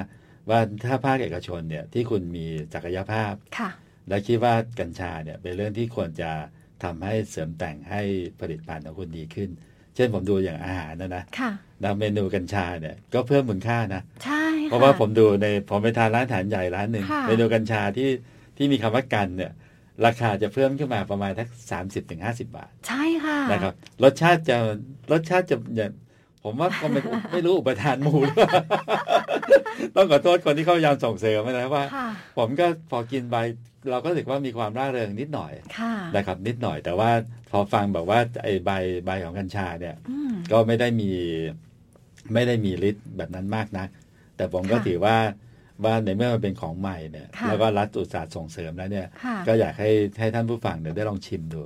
C: ว่าถ้าภาคเอกชนเนี่ยที่คุณมีศักยภาพ
B: ค่ะ
C: และคิดว่ากัญชาเนี่ยเป็นเรื่องที่ควรจะทำให้เสริมแต่งให้ผลิตภัณฑ์ของคุณดีขึ้น เช่นผมดูอย่างอาหารนะนะ
B: ค่ะ
C: นะเมนูกัญชาเนี่ยก็เพิ่มมูลค่านะ
B: ใช่
C: เพราะว่าผมดูในผมไปทานร้านอาหารใหญ่ร้านหนึ่ง
B: ค่ะ
C: เมนูกัญชาที่ที่มีคำว่ากันเนี่ย ราคาจะเพิ่มขึ้นมาประมาณทักสามสิบถึงห้าสิบาท
B: ใช่ค่ะ
C: นะครับรสชาติจะรสชาติจะอย่างผมว่าก็ไม่ ไม่รู้อุปทานหมูหรือเปล่า (laughs) ต้องขอโทษคนที่เขาพยายามส่งเสริมนะว่า
B: ค่ะ
C: ผมก็พอกินไปเราก็รู้สึกว่ามีความร่าเริงนิดหน่อย
B: ค่ะ
C: นะครับ นิดหน่อย แต่ว่าพอฟังแบบว่าไอ้ใบใบของกัญชาเนี่ย
B: อืม
C: ก็ไม่ได้มีไม่ได้มีฤทธิ์แบบนั้นมากนะ แต่ผมก็
B: ค่ะ
C: ถือว่าว่าในเมื่อมันเป็นของใหม่เนี่ย
B: ค่ะ
C: แล้วก็รัฐอุตสาห์ส่งเสริมแล้วเนี่ย
B: ค่ะ
C: ก็อยากให้ให้ท่านผู้ฟังเนี่ยได้ลองชิมดู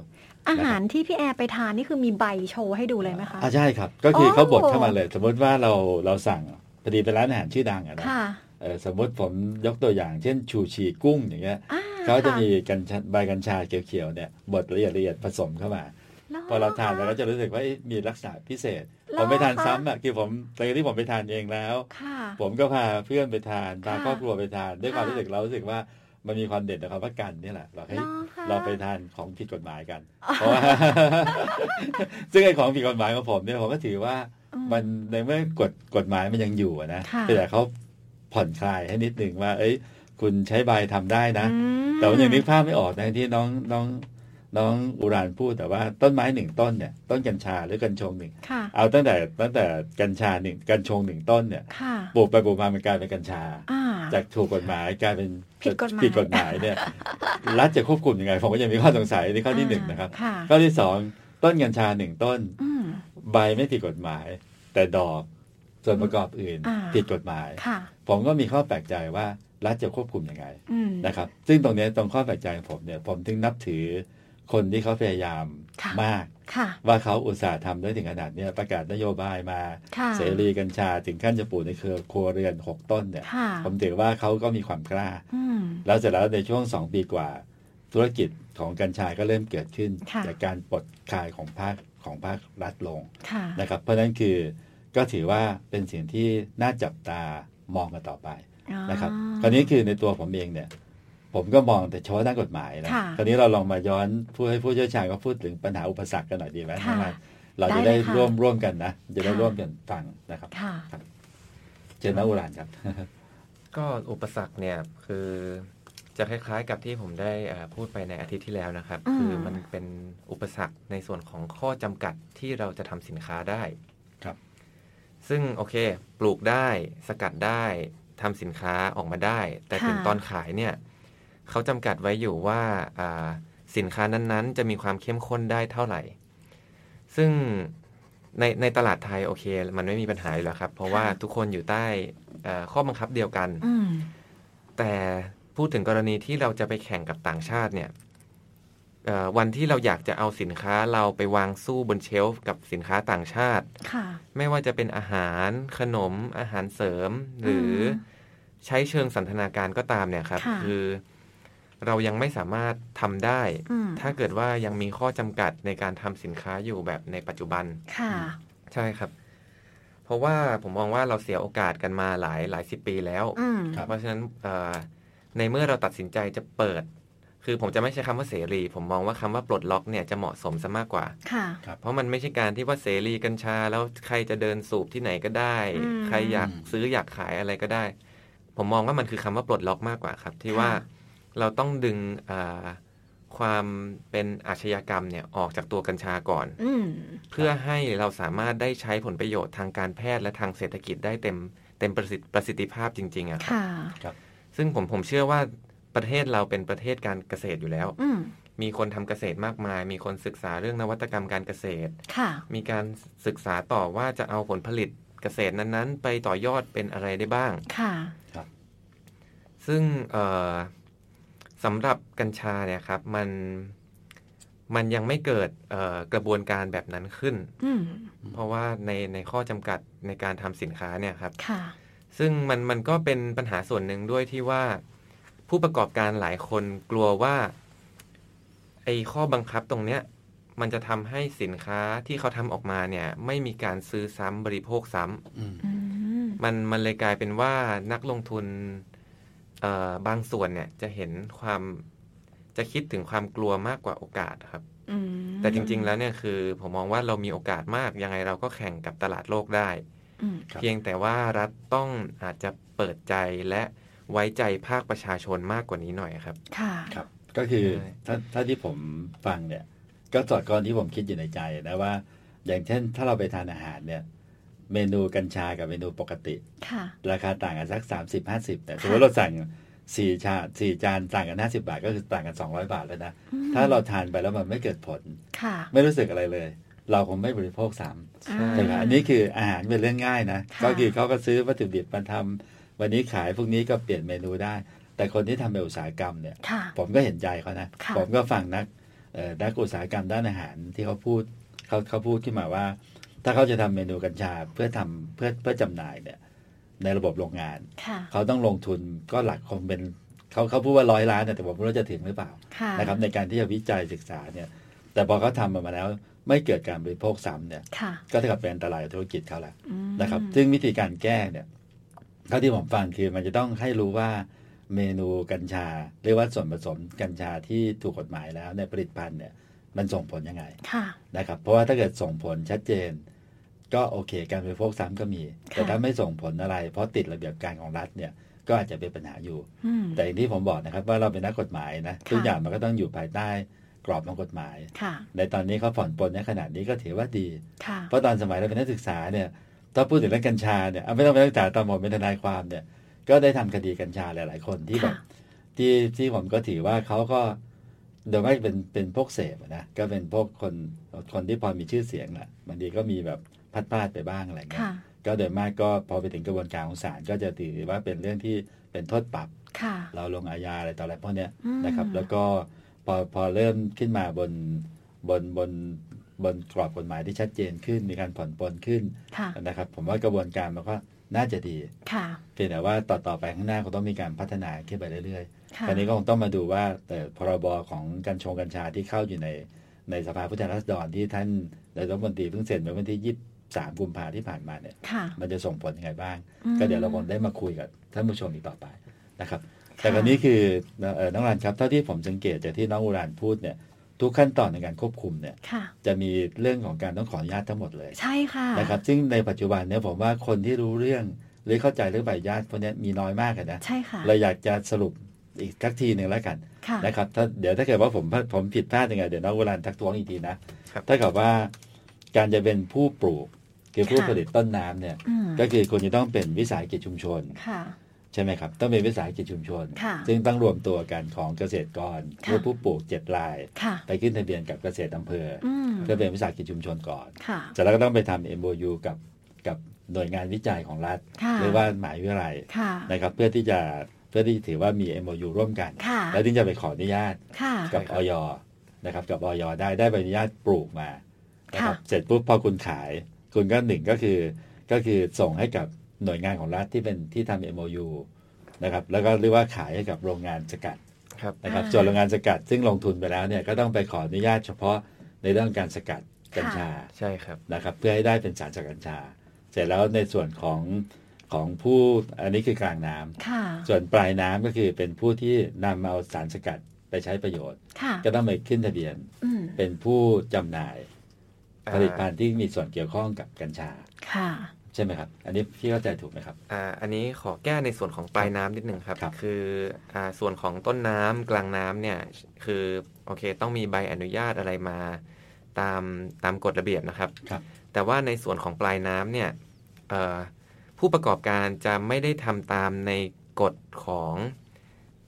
B: อาหารที่พี่แอร์ไปทานนี่คือมีใบโชว์ให้ดูเลยไหมคะ
C: อ่าใช่ครับ ก็คืออ
B: อ
C: เขาบดเข้ามาเลย สมมติว่าเราเราสั่งพอดีเป็นร้านอาหารชื่อดังอะนะ
B: ค่ะ
C: เอ่อสมมติผมยกตัวอย่าง เช่นชูชีกุ้งอย่างเงี้ย
B: อ่
C: เขาจะ
B: ค่
C: มีกัญชาใบกัญชาเขียวๆเนี่ยบดละเอียดละเอียดผสมเข้ามา
B: แล้ว
C: พอเราทานแล้วก็จะรู้สึกว่าเอ๊ะมีลักษณะพิเศษ
B: เหร
C: ผ
B: อ
C: มไปทาน
B: คะ
C: ซ้ำอ่ะคือผมแต่ที่ผมไปทานเองแล้ว
B: ค่ะ
C: (laughs) ผมก็พาเพื่อนไปทานพา
B: ค่ะ
C: ครอบครัวไปทาน ด้วยความ
B: ค่ะ
C: รู้สึกเรารู้สึกว่ามันมีความเด่นในความว่ากันนี่แหละเราให้
B: หอคะ
C: เราไปทานของผิดกฎหมายกัน เพราะว่า (laughs) ซึ่งไอ้ของผิดกฎหมายของผมเนี่ยผมก็ถือว่า
B: อื
C: มันในเมื่อกฎกฎหมายมันยังอยู่อะนะ
B: ค่ะ
C: แต่เขาผ่อนคลายให้นิดนึงว่า เอ้ย คุณใช้ใบทำได้นะ
B: อืม
C: แต่ว่ายังนึกภาพไม่ออกนะที่น้องน้องน้องอุรานพูดแต่ว่าต้นไม้หนึ่งต้นเนี่ยต้นกัญชาหรือกัญชงหนึ่ง
B: ค่ะ
C: เอาตั้งแต่ตั้งแต่กัญชาหนึ่งกัญชงหนึ่งต้นเนี่ย
B: ค่ะ
C: ปลูกไปปลูกมามันกลายเป็นกัญชา
B: อ่า
C: จากถูกกฎหมายกลายเป็น
B: ผิดกฎหมาย
C: ผิดกฎหมายเนี่ย (laughs) รัฐจะควบคุมยังไงผมก็ยังมีข้อสงสัยในข้อที่หนึ่ง
B: อ่า
C: นะครับ
B: ค่ะ
C: ข้อที่สองต้นกัญชาหนึ่งต้น
B: อืม
C: ใบไม่ผิดกฎหมาย แต่ดอกส่วนประกอบอื่น
B: อ่า
C: ผิดกฎหมาย
B: ค่ะ
C: ผมก็มีข้อแปลกใจว่ารัฐจะควบคุมยังไง
B: อืม
C: นะครับ ซึ่งตรงเนี้ยตรงข้อแปลกใจของผมเนี่ยผมถึงนับถือคนที่เขาพยายาม
B: ค่ะ
C: มาก
B: ค่ะ
C: ว่าเขาอุตสาห์ทำได้ถึงขนาดเนี้ยประกาศนโยบายมา
B: ค่ะ
C: เสรีกัญชาถึงขั้นจะปลูกในเครือครัวเรือน 6 ต้นเนี่ย
B: ค่ะ
C: ผมถือว่าเขาก็มีความกล้า
B: อืม
C: แล้วเสร็จแล้วในช่วง 2 ปีกว่า ธุรกิจของกัญชาก็เริ่มเกิดขึ้น
B: ค่ะ
C: จากการปลดคลายของภาคของภาครัฐลง
B: ค่ะ
C: นะครับ เพราะฉะนั้นคือก็ถือว่าเป็นสิ่งที่น่าจับตามองกันต่อไปนะครับ คราวนี้คือในตัวผมเองเนี่ย ผมก็มองแต่เฉพาะด้านกฎหมายนะ
B: ค่ะ
C: คราวนี้เราลองมาย้อนผู้ให้ผู้เชี่ยวชาญก็พูดถึงปัญหาอุปสรรคกันหน่อยดีไหม
B: ค่ะ
C: ว่าเราจะ
B: ได้
C: ได้
B: เลยค่ะ
C: ร่วมร่วมกันนะ จะได้
B: ค่ะ
C: ร่วมกันฟังนะครับ
B: ค่ะ
C: เชิญนะอุรานครับ
D: ก็อุปสรรคเนี่ยคือจะคล้ายๆกับที่ผมได้เอ่อพูดไปในอาทิตย์ที่แล้วนะครับ
B: อืม
D: คือมันเป็นอุปสรรคในส่วนของข้อจำกัดที่เราจะทำสินค้าได้
C: ครับ
D: ซึ่งโอเค ปลูกได้สกัดได้ทำสินค้าออกมาได้ แต่ถึงตอนขายเนี่ยเขาจำกัดไว้อยู่ว่าอ่าสินค้านั้นๆ จะมีความเข้มข้นได้เท่าไหร่ ซึ่งในในตลาดไทยโอเค มันไม่มีปัญหาอยู่แล้วครับ เพราะว่าทุกคนอยู่ใต้เอ่อข้อบังคับเดียวกัน
B: อืม
D: แต่พูดถึงกรณีที่เราจะไปแข่งกับต่างชาติเนี่ยเอ่อวันที่เราอยากจะเอาสินค้าเราไปวางสู้บนเชลฟ์กับสินค้าต่างชาติ
B: ค่ะ
D: ไม่ว่าจะเป็นอาหารขนมอาหารเสริม หรืออใช้เชิงสันทนาการก็ตามเนี่ยครับ
B: ค่ะ
D: อเรายังไม่สามารถทำได้
B: อืม
D: ถ้าเกิดว่ายังมีข้อจำกัดในการทำสินค้าอยู่แบบในปัจจุบัน
B: ค่ะ
D: ใช่ครับ เพราะว่าผมมองว่าเราเสียโอกาสกันมาหลายหลายสิบปีแล้ว
B: อืม
C: ครับ
D: เพราะฉะนั้นเอ่อในเมื่อเราตัดสินใจจะเปิด คือผมจะไม่ใช้คำว่าเสรี ผมมองว่าคำว่าปลดล็อกเนี่ยจะเหมาะสมซะมากกว่า
B: ค่ะ
D: เพราะมันไม่ใช่การที่ว่าเสรีกัญชา แล้วใครจะเดินสูบที่ไหนก็ได้
B: อืม
D: ใครอยากซื้ออยากขายอะไรก็ได้ ผมมองว่ามันคือคำว่าปลดล็อกมากกว่าครับ ที่ว่า
B: ค่ะ
D: เราต้องดึงเอ่อความเป็นอาชญากรรมเนี่ยออกจากตัวกัญชาก่อน
B: อืม
D: เพื่อให้เราสามารถได้ใช้ผลประโยชน์ทางการแพทย์และทางเศรษฐกิจได้เต็มเต็มประสิทธิประสิทธิภาพจริงๆอะครับ
B: ค่ะ
D: ซึ่งผมผมเชื่อว่าประเทศเราเป็นประเทศการเกษตรอยู่แล้ว
B: อืม
D: มีคนทำเกษตรมากมาย มีคนศึกษาเรื่องนวัตกรรมการเกษตร
B: ค่ะ
D: มีการศึกษาต่อว่าจะเอาผลผลิตเกษตรนั้นๆ ไปต่อยอดเป็นอะไรได้บ้าง
B: ค่ะ
D: ซึ่งเอ่อสำหรับกัญชาเนี่ยครับมันมันยังไม่เกิดเอ่อกระบวนการแบบนั้นขึ้น
B: อืม
D: เพราะว่าในในข้อจำกัดในการทำสินค้าเนี่ยครับ
B: ค่ะ
D: ซึ่งมันมันก็เป็นปัญหาส่วนหนึ่งด้วยที่ว่า ผู้ประกอบการหลายคนกลัวว่าไอ้ข้อบังคับตรงเนี้ย มันจะทำให้สินค้าที่เขาทำออกมาเนี่ย ไม่มีการซื้อซ้ำบริโภคซ้
C: อืม
B: อืม
D: ำมันมันเลยกลายเป็นว่านักลงทุนเอ่อบางส่วนเนี่ยจะเห็นความจะคิดถึงความกลัวมากกว่าโอกาสครับ
B: อืม
D: แต่จริง ๆ แล้วเนี่ยคือผมมองว่าเรามีโอกาสมากยังไงเราก็แข่งกับตลาดโลกได้
B: อืม
C: ครับ
D: เพียงแต่ว่ารัฐต้องอาจจะเปิดใจและไว้ใจภาคประชาชนมากกว่านี้หน่อยครับ
B: ค่ะ
C: ครับ ก็คือ
D: ใช่
C: ถ้าถ้าที่ผมฟังเนี่ย ก็สอดคล้องที่ผมคิดอยู่ในใจนะว่า อย่างเช่นถ้าเราไปทานอาหารเนี่ย เมนูกัญชากับเมนูปกติ
B: ค่ะ
C: ราคาต่างกันสัก 30 50แต่
B: ค่ะ
C: สมมติเราสั่งสี่ชาสี่จานต่างกัน 50 บาท ก็คือต่างกัน 200 บาทแล้วนะ
B: อืม
C: ถ้าเราทานไปแล้วมันไม่เกิดผล
B: ค่ะ
C: ไม่รู้สึกอะไรเลย เราคงไม่บริโภคซ้
D: ใช่
C: ำใช่ไหมอันนี้คืออาหารเป็นเรื่องง่ายนะ
B: ค่ะ
C: ก็คือเขาก็ซื้อวัตถุดิบมาทำวันนี้ขายพรุ่งนี้ก็เปลี่ยนเมนูได้ แต่คนที่ทำเป็นอุตสาหกรรมเนี่ย
B: ค่ะ
C: ผมก็เห็นใจเขานะ
B: ค่ะ
C: ผมก็ฟังนักเอ่อนักอุตสาหกรรมด้านอาหารที่เขาพูดเขาเขาพูดขึ้นมาว่า ถ้าเขาจะทำเมนูกัญชาเพื่อทำเพื่อเพื่อจำหน่ายเนี่ยในระบบโรงงาน
B: ค่ะ
C: เขาต้องลงทุนก็หลักคงเป็นเขาเขาพูดว่าร้อยล้านนะแต่ผมไม่รู้จะถึงหรือเปล่า
B: ค่ะ
C: นะครับในการที่จะวิจัยศึกษาเนี่ยแต่พอเขาทำมันมาแล้ว ไม่เกิดการบริโภคซ้ำเนี่ย
B: ค่ะ
C: ก็เท่ากับเป็นอันตรายกับธุรกิจเขาแหละ
B: อืม
C: นะครับซึ่งวิธีการแก้เนี่ยเท่าที่ผมฟังคือมันจะต้องให้รู้ว่าเมนูกัญชาหรือว่าส่วนผสมกัญชาที่ถูกกฎหมายแล้วในยผลิตภัณฑ์เนี่ยมันส่งผลยังไง
B: ค่ะ
C: นะครับเพราะว่าถ้าเกิดส่งผลชัดเจน ก็โอเค การบริโภคซ้ำก็มี แต่ถ้าไม่ส่งผลอะไร เพราะติดระเบียบการของรัฐเนี่ยก็อาจจะเป็นปัญหาอยู่
B: อืม
C: แต่อย่างที่ผมบอกนะครับว่าเราเป็นนักกฎหมายนะ
B: ค่ะ
C: ทุกอย่างมันก็ต้องอยู่ภายใต้กรอบของกฎหมาย
B: ค่ะ
C: ในตอนนี้เขาผ่อนปลนในขนาดนี้ก็ถือว่าดี
B: ค่ะ
C: เพราะตอนสมัยเราเป็นนักศึกษาเนี่ยถ้าพูดถึงเรื่องกัญชาเนี่ยเอาไม่ต้องเป็นนักศึกษาตอนผมเป็นทนายความเนี่ย ก็ได้ทำคดีกัญชาหลาย ๆ คนที่แบบ
B: ค่ะ
C: ที่ที่ผมก็ถือว่าเขาก็โดยมากเป็นเป็นพวกเสพอะนะก็เป็นพวกคนคนที่พอมีชื่อเสียงแหละบางทีก็มีแบบพลาดพลาดๆไปบ้างอะไรเงี้
B: ค่ะ
C: ยก็โดยมากก็พอไปถึงกระบวนการของศาลก็จะถือว่าเป็นเรื่องที่เป็นโทษปรับ
B: ค่ะ
C: เราลงอาญาอะไรต่ออะไรพวกเนี้ย
B: อืม
C: นะครับแล้วก็พอพอเริ่มขึ้นมาบนบนบนบนกรอบกฎหมายที่ชัดเจนขึ้น มีการผ่อนปลนขึ้น
B: ค่ะ
C: นะครับ ผมว่ากระบวนการมันก็น่าจะดี
B: ค่ะ
C: เพียงแต่ว่าต่อต่อไปข้างหน้าคงต้องมีการพัฒนาขึ้นไปเรื่อย
B: ค่ะ
C: ๆตอนนี้ก็คงต้องมาดูว่าแต่พรบของกัญชงกัญชาที่เข้าอยู่ในในสภาผู้แทนราษฎรที่ท่านนายกรัฐมนตรีเพิ่งเซ็นไปวันที่ 23 กุมภาที่ผ่านมาเนี่ย
B: ค่ะ
C: มันจะส่งผลยังไงบ้าง
B: อืม
C: ก็เดี๋ยวเราคงได้มาคุยกับท่านผู้ชมอีกต่อไปนะครับ
B: ค่ะ
C: แต่คราวนี้คือเอ่อน้องรันครับเท่าที่ผมสังเกตจากที่น้องอุรานพูดเนี่ยทุกขั้นตอนในการควบคุมเนี่ย
B: ค่ะ
C: จะมีเรื่องของการต้องขออนุญาตทั้งหมดเลย
B: ใช่ค่ะ
C: นะครับ ซึ่งในปัจจุบันเนี่ยผมว่าคนที่รู้เรื่องหรือเข้าใจเรื่องใบอนุญาตพวกเนี้ยมีน้อยมากอะนะ
B: ใช่ค่ะ
C: เราอยากจะสรุปอีกสักทีหนึ่งแล้วกัน
B: ค่ะ
C: นะครับถ้าเดี๋ยวถ้าเกิดว่าผมผมผิดพลาดยังไงเดี๋ยวน้องอุรานทักท้วงอีกทีนะครับ ถ้าเกิดว่าการจะเป็นผู้ปลูกคือผู้
B: ค่ะ
C: ผลิตต้นน้ำเนี่ย
B: อืม
C: ก็คือคุณจะต้องเป็นวิสาหกิจชุมชน
B: ค่ะ
C: ใช่ไหมครับ ต้องเป็นวิสาหกิจชุมชน
B: ค่ะ
C: ซึ่งต้องรวมตัวกันของเกษตรกร
B: ค่ะ
C: เพื่อผู้ปลูกเจ็ดราย
B: ค่ะ
C: ไปขึ้นทะเบียนกับเกษตรอำเภออ
B: อืม
C: เพื่อเป็นวิสาหกิจชุมชนก่อน
B: ค่ะ
C: เสร็จแล้วก็ต้องไปทำ MOU กับกับหน่วยงานวิจัยของรัฐ
B: ค่ะ
C: หรือว่าหมหายวิทยาลัย
B: ค่ะ
C: นะครับ เพื่อที่จะเพื่อที่ถือว่ามี MOU ร่วมกัน
B: ค่ะ
C: แล้วถึงจะไปขออนุญาต
B: ค่ะ
C: กับ
D: ใช่ค
C: อ
D: รับ
C: อยนะครับกับออยได้ได้ใบอนุญาตปลูกมานะครับ
B: ค่ะ
C: เสร็จปุ๊บพอคุณขาย คุณก็หนึ่งก็คือก็คือส่งให้กับหน่วยงานของรัฐที่เป็นที่ทำ MOU นะครับแล้วก็เรียกว่าขายให้กับโรงงานสกัด
D: ครับ
C: นะครับ
B: อ่า
C: ส่วนโรงงานสกัด ซึ่งลงทุนไปแล้วเนี่ยก็ต้องไปขออนุญาตเฉพาะในเรื่องการสกัดกัญชา
D: ใช่ครับ
C: นะครับเพื่อให้ได้เป็นสารจากกัญชา เสร็จแล้วในส่วนของของผู้อันนี้คือกลางน้ำ
B: ค่ะ
C: ส่วนปลายน้ำก็คือเป็นผู้ที่นำเอาสารสกัดไปใช้ประโยชน์
B: ค่ะ
C: ก็ต้องไปขึ้นทะเบียน
B: อืม
C: เป็นผู้จำหน่าย
D: อ่า
C: ผลิตภัณฑ์ที่มีส่วนเกี่ยวข้องกับกัญชา
B: ค่ะ
C: ใช่ไหมครับ อันนี้พี่เข้าใจถูกไหมครับ
D: อ่าอันนี้ขอแก้ในส่วนของปลายน้ำนิดหนึ่งครับ
C: ครับ
D: ออ่าส่วนของต้นน้ำกลางน้ำเนี่ยคือโอเคต้องมีใบอนุญาตอะไรมาตามตามกฎระเบียบนะครับ
C: ครับ
D: แต่ว่าในส่วนของปลายน้ำเนี่ยเอ่อผู้ประกอบการจะไม่ได้ทำตามในกฎของ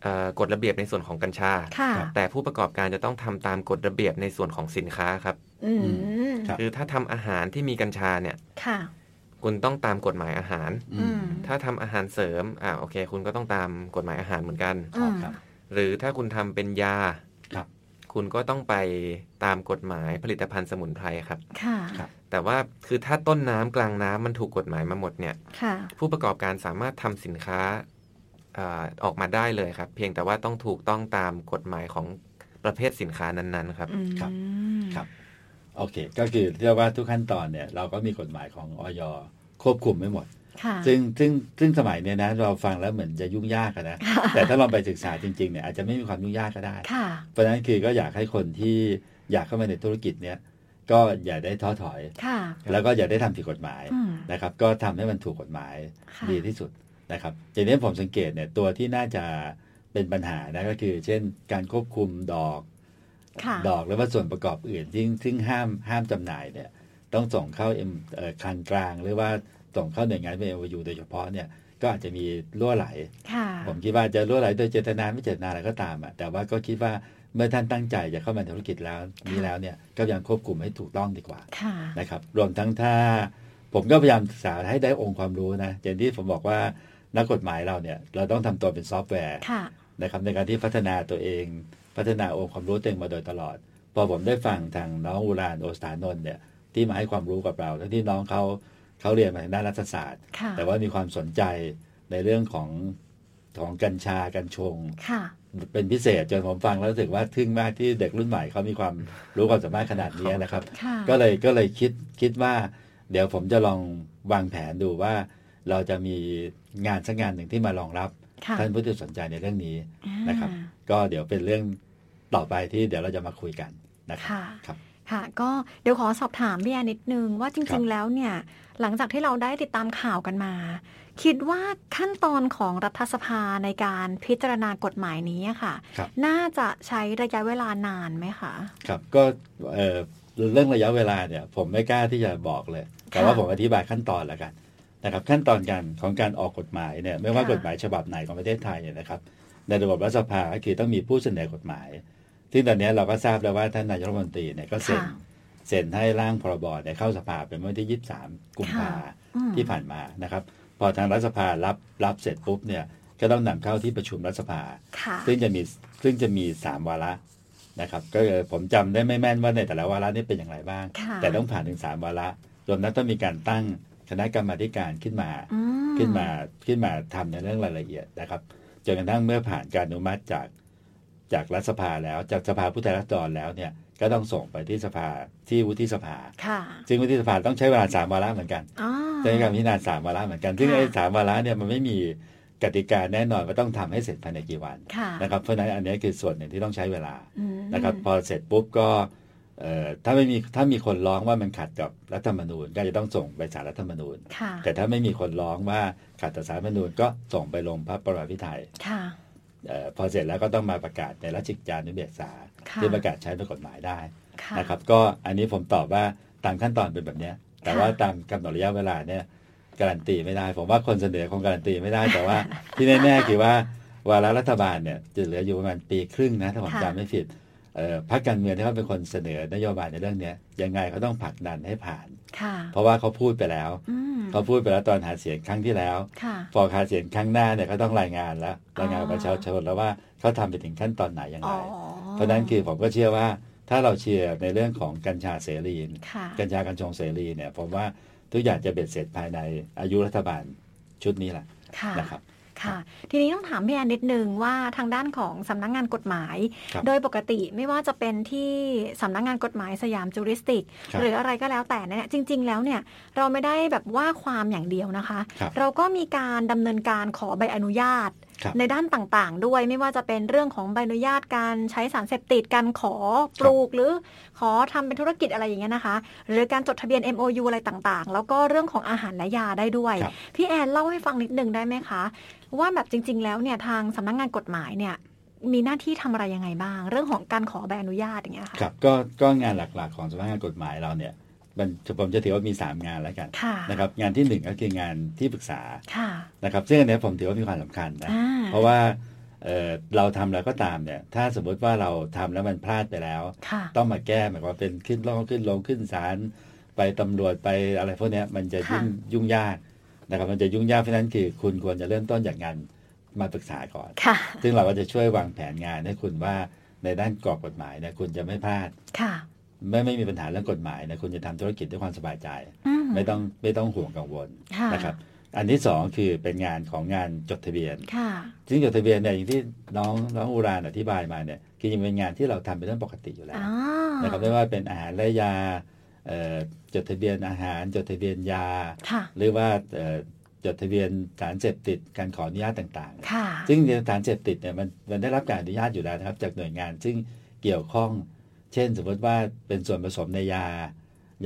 D: เอ่อกฎระเบียบในส่วนของกัญชา
B: ค่ะ
D: แต่ผู้ประกอบการจะต้องทำตามกฎระเบียบในส่วนของสินค้าครับ
B: อืม
C: ครับ
D: คือถ้าทำอาหารที่มีกัญชาเนี่ย
B: ค่ะ
D: คุณต้องตามกฎหมายอาหาร
B: อืม
D: ถ้าทำอาหารเสริม อ่าโอเค คุณก็ต้องตามกฎหมายอาหารเหมือนกัน
B: อืม
C: ครับ
D: หรือถ้าคุณทำเป็นยา
C: ครับ
D: คุณก็ต้องไปตามกฎหมายผลิตภัณฑ์สมุนไพรครับ
B: ค่ะ
C: ครับ
D: แต่ว่าคือถ้าต้นน้ำกลางน้ำมันถูกกฎหมายมาหมดเนี่ย
B: ค่ะ
D: ผู้ประกอบการสามารถทำสินค้าอ่าออกมาได้เลยครับ เพียงแต่ว่าต้องถูกต้องตามกฎหมายของประเภทสินค้านั้นๆครับ
B: อืม
C: ครับ ครับ โอเค ก็คือเรียกว่าทุกขั้นตอนเนี่ยเราก็มีกฎหมายของออยควบคุมไม่หมด
B: ค่ะ
C: ซึ่งซึ่งซึ่งสมัยเนี่ยนะเราฟังแล้วเหมือนจะยุ่งยากอะนะ แต่ถ้าลองไปศึกษาจริงๆเนี่ยอาจจะไม่มีความยุ่งยากก็ได้
B: ค่ะ
C: เพราะฉะนั้นคือก็อยากให้คนที่อยากเข้ามาในธุรกิจเนี้ย ก็อย่าได้ท้อถอย
B: ค่ะ
C: แล้วก็อย่าได้ทำผิดกฎหมาย
B: อืม
C: นะครับ ก็ทำให้มันถูกกฎหมาย
B: ค่ะ
C: ดีที่สุดนะครับอย่างนี้ผมสังเกตเนี่ยตัวที่น่าจะเป็นปัญหานะก็คือ เช่น การควบคุมดอก
B: ค่ะ
C: ดอกหรือว่าส่วนประกอบอื่นซึ่งซึ่งห้ามห้ามจำหน่ายเนี่ยต้องส่งเข้าเอ็มเอ่อคลังกลาง หรือว่าส่งเข้าหน่วยงานเป็นเอวูโดยเฉพาะเนี่ยก็อาจจะมีรั่วไหล
B: ค่ะ
C: ผมคิดว่าจะรั่วไหลโดยเจตนาไม่เจตนาอะไรก็ตามอ่ะแต่ว่าก็คิดว่าเมื่อท่านตั้งใจจะเข้ามาในธุรกิจแล้วนี้แล้วเนี่ยก็ยังควบคุมให้ถูกต้องดีกว่า
B: ค่ะ
C: นะครับรวมทั้งถ้าผมก็พยายามศึกษาให้ได้องค์ความรู้นะอย่างที่ผมบอกว่านักกฎหมายเราเนี่ยเราต้องทำตัวเป็นซอฟต์แวร์
B: ค่ะ
C: นะครับในการที่พัฒนาตัวเอง พัฒนาองค์ความรู้ตัวเองมาโดยตลอด พอผมได้ฟังทางน้องอุรานโอสถานนท์เนี่ยที่มาให้ความรู้กับเราทั้งที่น้องเขาเขาเรียนมาทางด้านรัฐศาสตร์
B: ค่ะ
C: แต่ว่ามีความสนใจในเรื่องของของกัญชากัญชง
B: ค่ะ
C: เป็นพิเศษจนผมฟังแล้วรู้สึกว่าทึ่งมากที่เด็กรุ่นใหม่เขามีความรู้ความสามารถขนาดนี้นะครับ
B: ค่ะ
C: ก็เลยก็เลยคิดคิดว่า เดี๋ยวผมจะลองวางแผนดูว่า เราจะมีงานสักงานหนึ่งที่มารองรับ
B: ค่ะ
C: ท่านผู้ที่สนใจในเรื่องนี้นะครับ
B: อ่า
C: ก็เดี๋ยวเป็นเรื่องต่อไปที่เดี๋ยวเราจะมาคุยกันนะครับ
B: ค่ะ
C: ครับ
B: ค่ะ ก็เดี๋ยวขอสอบถามพี่แอนนิดนึงว่าจ
C: ครั
B: ริง
C: บ
B: ๆ แล้วเนี่ย หลังจากที่เราได้ติดตามข่าวกันมา คิดว่าขั้นตอนของรัฐสภาในการพิจารณากฎหมายนี้อะค่ะ
C: ครับ
B: น่าจะใช้ระยะเวลานานไหมคะ
C: ครับก็เอ่อเรื่องระยะเวลาเนี่ยผมไม่กล้าที่จะบอกเลย แต่
B: ค่ะ
C: ว่าผมอธิบายขั้นตอนแล้วกันนะครับขั้นตอนการของการออกกฎหมายเนี่ยไม่ว่า
B: ค่ะ
C: กฎหมายฉบับไหนของประเทศไทยเนี่ยนะครับในระบบรัฐสภาก็คือต้องมีผู้เสนอกฎหมาย ซึ่งตอนนี้เราก็ทราบแล้วว่าท่านนายกรัฐมนตรีเนี่ยก็เซ็น
B: ค่ะ
C: เซ็นให้ร่างพรบเนี่ยเข้าสภาเป็นวันที่ 23 กุมภา
B: อืม
C: ที่ผ่านมานะครับพอทางรัฐสภารับรับเสร็จปุ๊บเนี่ยก็ต้องนำเข้าที่ประชุมรัฐสภา
B: ค่ะ
C: ซึ่งจะมีซึ่งจะมีสามวาระนะครับ ก็คือผมจำได้ไม่แม่นว่าในแต่ละวาระนี่เป็นอย่างไรบ้าง
B: ค่ะ
C: แต่ต้องผ่านถึงสามวาระ รวมนั้นต้องมีการตั้งคณะกรรมาธิการขึ้นมา
B: อืม
C: ขึ้นมาขึ้นมาทำในเรื่องรายละเอียดนะครับจนกระทั่งเมื่อผ่านการอนุมัติจากจากรัฐสภาแล้วจากสภาผู้แทนราษฎรแล้วเนี่ยก็ต้องส่งไปที่สภาที่วุฒิสภา
B: ค่ะ
C: ซึ่งวุฒิสภาต้องใช้เวลาสามวาระเหมือนกัน
B: อ๋อ
C: ใช้การพิจารณาสามวาระเหมือนกัน ซึ่ง
B: ค่ะ
C: ไอ้สามวาระเนี่ยมันไม่มีกติกาแน่นอนว่าต้องทำให้เสร็จภายในกี่วัน
B: ค่ะ
C: นะครับเพราะฉะนั้นอันนี้คือส่วนหนึ่งที่ต้องใช้เวลา
B: อืม
C: นะครับพอเสร็จปุ๊บก็เอ่อถ้าไม่มีถ้ามีคนร้องว่ามันขัดกับรัฐธรรมนูญก็จะต้องส่งไปศาลรัฐธรรมนูญ
B: ค่ะ
C: แต่ถ้าไม่มีคนร้องว่าขัดต่อศาลรัฐธรรมนูญก็ส่งไปลงพระประมาพิไทย
B: ค่ะ
C: เอ่อพอเสร็จแล้วก็ต้องมาประกาศในราชกิจจานุเบกษา
B: ค่ะ
C: ที่ประกาศใช้เป็นกฎหมายได้
B: ค่ะ
C: นะครับก็อันนี้ผมตอบว่าตามขั้นตอนเป็นแบบเนี้ยแต่ว่า
B: ค่ะ
C: ตามกำหนดระยะเวลาเนี่ยการันตีไม่ได้ ผมว่าคนเสนอคงการันตีไม่ได้แต่ว่า ที่แน่ๆคือว่าวาระรัฐบาลเนี่ยจะเหลืออยู่ประมาณปีครึ่งนะถ้าผม
B: ค่ะ
C: จำไม่ผิดเอ่อพรรคการเมืองที่เขาเป็นคนเสนอนโยบายในเรื่องเนี้ยยังไงเขาต้องผลักดันให้ผ่าน
B: ค่ะ
C: เพราะว่าเขาพูดไปแล้ว
B: อืม
C: เขาพูดไปแล้วตอนหาเสียงครั้งที่แล้ว
B: ค่ะ
C: พอหาเสียงครั้งหน้าเนี่ยก็ต้องรายงานแล้ว
B: อ๋อ
C: รายงานกับประชาชนแล้วว่าเขาทำไปถึงขั้นตอนไหนอย่าง
B: อ๋
C: ไร
B: อ
C: เพราะฉะนั้นคือผมก็เชื่อว่าถ้าเราเชียร์ในเรื่องของกัญชาเสรี
B: ค่ะ
C: กัญชากัญชงเสรีเนี่ยผมว่าทุกอย่างจะเบ็ดเสร็จภายในอายุรัฐบาลชุดนี้แหละ
B: ค่ะ
C: นะครับ
B: ค่ะ ทีนี้ต้องถามพี่แอนนิดนึงว่าทางด้านของสำนักงานกฎหมาย
C: ครับ
B: โดยปกติไม่ว่าจะเป็นที่สำนักงานกฎหมายสยามจูริสติก
C: ครับ
B: หรืออะไรก็แล้วแต่เนี่ยจริง ๆ แล้วเนี่ยเราไม่ได้แบบว่าความอย่างเดียวนะคะ
C: ครับ
B: เราก็มีการดำเนินการขอใบอนุญาต
C: ครับ
B: ในด้านต่างๆ ด้วยไม่ว่าจะเป็นเรื่องของใบอนุญาตการใช้สารเสพติดการขอปลูกหรือขอทำเป็นธุรกิจอะไรอย่างเงี้ยนะคะ หรือการจดทะเบียน MOU อะไรต่างๆ แล้วก็เรื่องของอาหารและยาได้ด้วย
C: ครับ
B: พี่แอนเล่าให้ฟังนิดนึงได้ไหมคะ ว่าแบบจริง ๆ แล้วเนี่ยทางสำนักงานกฎหมายเนี่ย มีหน้าที่ทำอะไรยังไงบ้าง เรื่องของการขอใบอนุญาตอย่างเงี้ยค่ะ
C: ครับก็ก็งานหลักๆของสำนักงานกฎหมายเราเนี่ยมันผมจะถือว่ามี 3 งานแล้วกัน
B: ค่ะ
C: นะครับงานที่หนึ่งก็คืองานที่ปรึกษา
B: ค่ะ
C: นะครับซึ่งอันเนี้ยผมถือว่ามีความสำคัญนะ
B: อ่า
C: เพราะว่าเอ่อเราทำแล้วก็ตามเนี่ยถ้าสมมุติว่าเราทำแล้วมันพลาดไปแล้ว
B: ค่ะ
C: ต้องมาแก้หมายความว่าเป็นขึ้นลงขึ้นลงขึ้นศาลไปตำรวจไปอะไรพวกเนี้ยมันจะ
B: ค่ะ
C: ยุ่งยุ่งยากนะครับมันจะยุ่งยากเพราะฉะนั้นคือคุณควรจะเริ่มต้นจากงานมาปรึกษาก่อน
B: ค่ะ
C: ซึ่งเราก็จะช่วยวางแผนงานให้คุณว่าในด้านกรอบกฎหมายเนี่ยคุณจะไม่พลาด
B: ค่ะ
C: ไม่ไม่มีปัญหาเรื่องกฎหมายนะคุณจะทำธุรกิจด้วยความสบายใจ ไม่ต้องไม่ต้องห่วงกังวล
B: ค่ะ
C: นะครับ อันที่สองคือเป็นงานของงานจดทะเบียน
B: ค่ะ
C: ซึ่งจดทะเบียนเนี่ยอย่างที่น้องน้องอุรานอธิบายมาเนี่ยคือจริงๆเป็นงานที่เราทำเป็นเรื่องปกติอยู่แล้ว
B: อ๋อ
C: นะครับไม่ว่าเป็นอาหารและยาเอ่อจดทะเบียนอาหารจดทะเบียนยา
B: ค่ะ
C: หรือว่าเอ่อจดทะเบียนสารเสพติดการขออนุญาตต่างๆ
B: ค่ะ
C: ซึ่งสถานเสพติดเนี่ยมันมันได้รับการอนุญาตอยู่แล้วนะครับ จากหน่วยงานซึ่งเกี่ยวข้อง เช่น สมมติว่าเป็นส่วนผสมในยา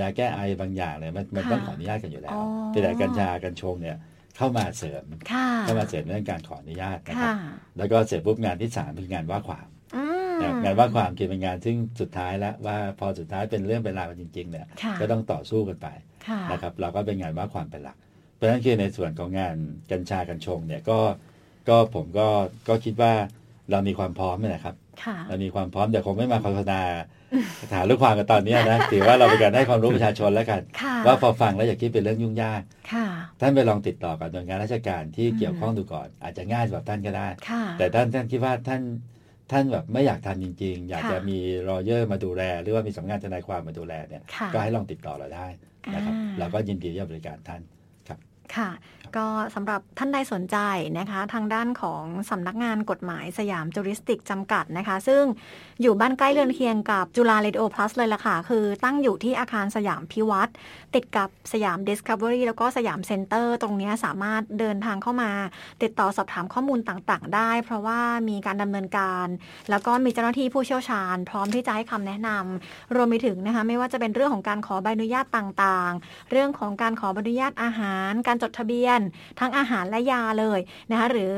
C: ยาแก้ไอบางอย่างเนี่ยมันมัน
B: ค่ะ
C: ต้องขออนุญาตกันอยู่แล้
B: อ๋
C: ว
B: อ
C: แต่แต่กัญชากัญชงเนี่ยเข้ามาเสริม
B: ค่ะ
C: เข้ามาเสริมเรื่องการขออนุญาตนะครับ
B: ค่ะ
C: แล้วก็เสร็จปุ๊บงานที่สามคืองานว่าความ
B: อืม
C: นะครับงานว่าความคือเป็นงานซึ่งสุดท้ายแล้วว่าพอสุดท้ายเป็นเรื่องเป็นราวกันจริงๆเนี่ย
B: ค่ะ
C: ก็ต้องต่อสู้กันไป
B: ค่ะ
C: นะครับเราก็เป็นงานว่าความเป็นหลัก เพราะฉะนั้นคือในส่วนของงานกัญชากัญชงเนี่ยก็ก็ผมก็ก็คิดว่าเรามีความพร้อมนี่แหละครับ
B: ค่ะ
C: เรามีความพร้อมแต่คงไม่มาโฆษ
B: (laughs)
C: ณาถามเรื่องความกันตอนเนี้ยนะถือว่าเราเป็นการให้ความรู้ประชาชนแล้วกัน
B: ค่ะ
C: ว่าพอฟังแล้วอย่าคิดเป็นเรื่องยุ่งยาก
B: ค่ะ
C: ท่านไปลองติดต่อกับหน่วยงานราชการที่
B: อืม
C: เกี่ยวข้องดูก่อน อาจจะง่ายสำหรับท่านก็ได้
B: ค่ะ
C: แต่ท่านท่านคิดว่าท่านท่านแบบไม่อยากทำจริง ๆ อยาก
B: ค่ะ
C: จะมีรอเยอร์มาดูแล หรือว่ามีสำนักงานทนายความมาดูแลเนี่ย
B: ค่ะ
C: ก็ให้ลองติดต่อเราได้นะครับ
B: อ่า
C: เราก็ยินดีที่จะบริการท่าน
B: ค่ะ ก็สำหรับท่านใดสนใจนะคะ ทางด้านของสำนักงานกฎหมายสยามจูริสติกจำกัดนะคะ ซึ่งอยู่บ้านใกล้เรือนเคียงกับจุฬาเรดิโอพลัสเลยล่ะค่ะ คือตั้งอยู่ที่อาคารสยามพิวัตรติดกับสยาม Discovery แล้วก็สยามเซ็นเตอร์ ตรงเนี้ยสามารถเดินทางเข้ามา ติดต่อสอบถามข้อมูลต่างๆ ได้ เพราะว่ามีการดำเนินการ แล้วก็มีเจ้าหน้าที่ผู้เชี่ยวชาญ พร้อมที่จะให้คำแนะนำรวมไปถึงนะคะไม่ว่าจะเป็นเรื่องของการขอใบอนุญาตต่างๆ เรื่องของการขอใบอนุญาตอาหาร การจดทะเบียน ทั้งอาหารและยาเลยนะคะหรือ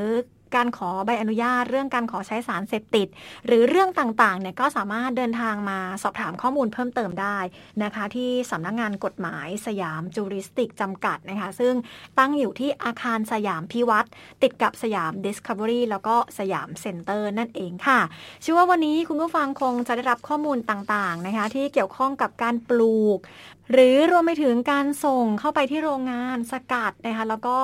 B: การขอใบอนุญาต เรื่องการขอใช้สารเสพติด หรือเรื่องต่างๆเนี่ยก็สามารถเดินทางมาสอบถามข้อมูลเพิ่มเติมได้นะคะ ที่สำนักงานกฎหมายสยามจูริสติกจำกัดนะคะ ซึ่งตั้งอยู่ที่อาคารสยามพิวัตรติดกับสยาม Discovery แล้วก็สยามเซ็นเตอร์นั่นเองค่ะ เชื่อว่าวันนี้คุณผู้ฟังคงจะได้รับข้อมูลต่างๆนะคะ ที่เกี่ยวข้องกับการปลูก หรือรวมไปถึงการส่งเข้าไปที่โรงงานสกัดนะคะแล้วก็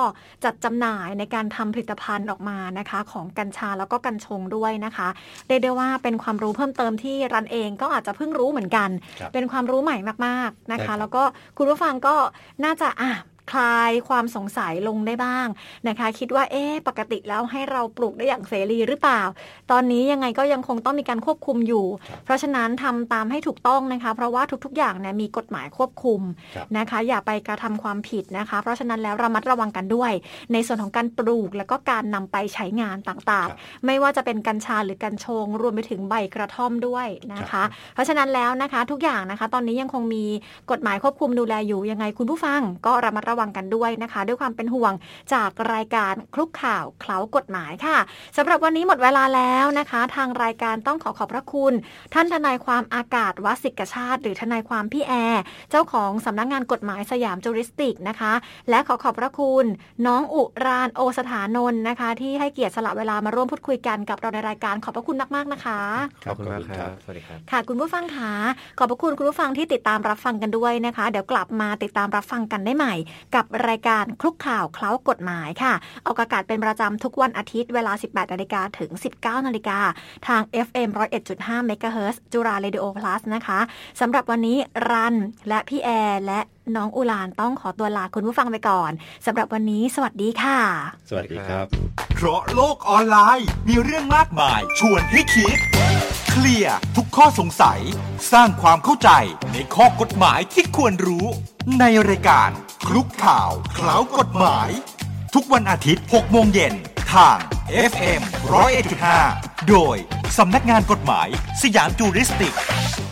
B: จัดจำหน่ายในการทำผลิตภัณฑ์ออกมานะคะ ของกัญชาแล้วก็กัญชงด้วยนะคะเรียกได้ว่าเป็นความรู้เพิ่มเติมที่รันเองก็อาจจะเพิ่งรู้เหมือนกัน
C: ครับ
B: เป็นความรู้ใหม่มากๆนะ
C: ใช่ครั
B: คะ
C: บ
B: แล้วก็คุณผู้ฟังก็น่าจะอ่ะคลายความสงสัยลงได้บ้างนะคะ คิดว่าเอ๊ะปกติแล้วให้เราปลูกได้อย่างเสรีหรือเปล่า ตอนนี้ยังไงก็ยังคงต้องมีการควบคุมอยู่ เพราะฉะนั้นทำตามให้ถูกต้องนะคะ เพราะว่าทุกๆ อย่างเนี่ยมีกฎหมายควบคุม
C: ครับ
B: นะคะ อย่าไปกระทำความผิดนะคะ เพราะฉะนั้นแล้วระมัดระวังกันด้วย ในส่วนของการปลูกแล้วก็การนำไปใช้งานต่างๆ ไม่ว่าจะเป็นกัญชาหรือกัญชง รวมไปถึงใบกระท่อมด้วยนะคะ เพราะฉะนั้นแล้วนะคะทุกอย่างนะคะ ตอนนี้ยังคงมีกฎหมายควบคุมดูแลอยู่ยังไงคุณผู้ฟังก็ระมัดระวังกันด้วยนะคะ ด้วยความเป็นห่วงจากรายการคลุกข่าวเคล้ากฎหมายค่ะสำหรับวันนี้หมดเวลาแล้วนะคะ ทางรายการต้องขอขอบพระคุณ ท่านทนายความอากาศวสิกชาติ หรือทนายความพี่แอร์ เจ้าของสำนักงานกฎหมายสยามจูริสติกนะคะ และขอขอบพระคุณ น้องอุรานโอสถานนท์นะคะ ที่ให้เกียรติสละเวลามาร่วมพูดคุยกันกับเราในรายการขอบพระคุณมากๆนะคะ
D: ขอบคุณมากค
C: ข
D: รั
C: อบ ณ
D: สวัสดีครับ
B: ค่ะคุณผู้ฟังคะขอบพระคุณคุณผู้ฟังที่ติดตามรับฟังกันด้วยนะคะ เดี๋ยวกลับมาติดตามรับฟังกันได้ใหม่ กับรายการคลุกข่าวเคล้ากฎหมายค่ะออกอากาศเป็นประจำทุกวันอาทิตย์เวลา 18นาฬิกาถึง 19นาฬิกาทาง FM 101.5 MHz จุฬาเรดิโอ plus นะคะสำหรับวันนี้รันและพี่แอร์และน้องอุลานต้องขอตัวลาคุณผู้ฟังไปก่อนสำหรับวันนี้ สวัสดีค่ะ
C: สวัสดีครับ
A: เพราะโลกออนไลน์มีเรื่องมากมายชวนให้คิด เคลียร์ทุกข้อสงสัย สร้างความเข้าใจในข้อกฎหมายที่ควรรู้ ในรายการคลุกข่าวเคล้ากฎหมาย ทุกวันอาทิตย์ 6 โมงเย็นทาง FM 101.5 โดยสำนักงานกฎหมายสยามจูริสติก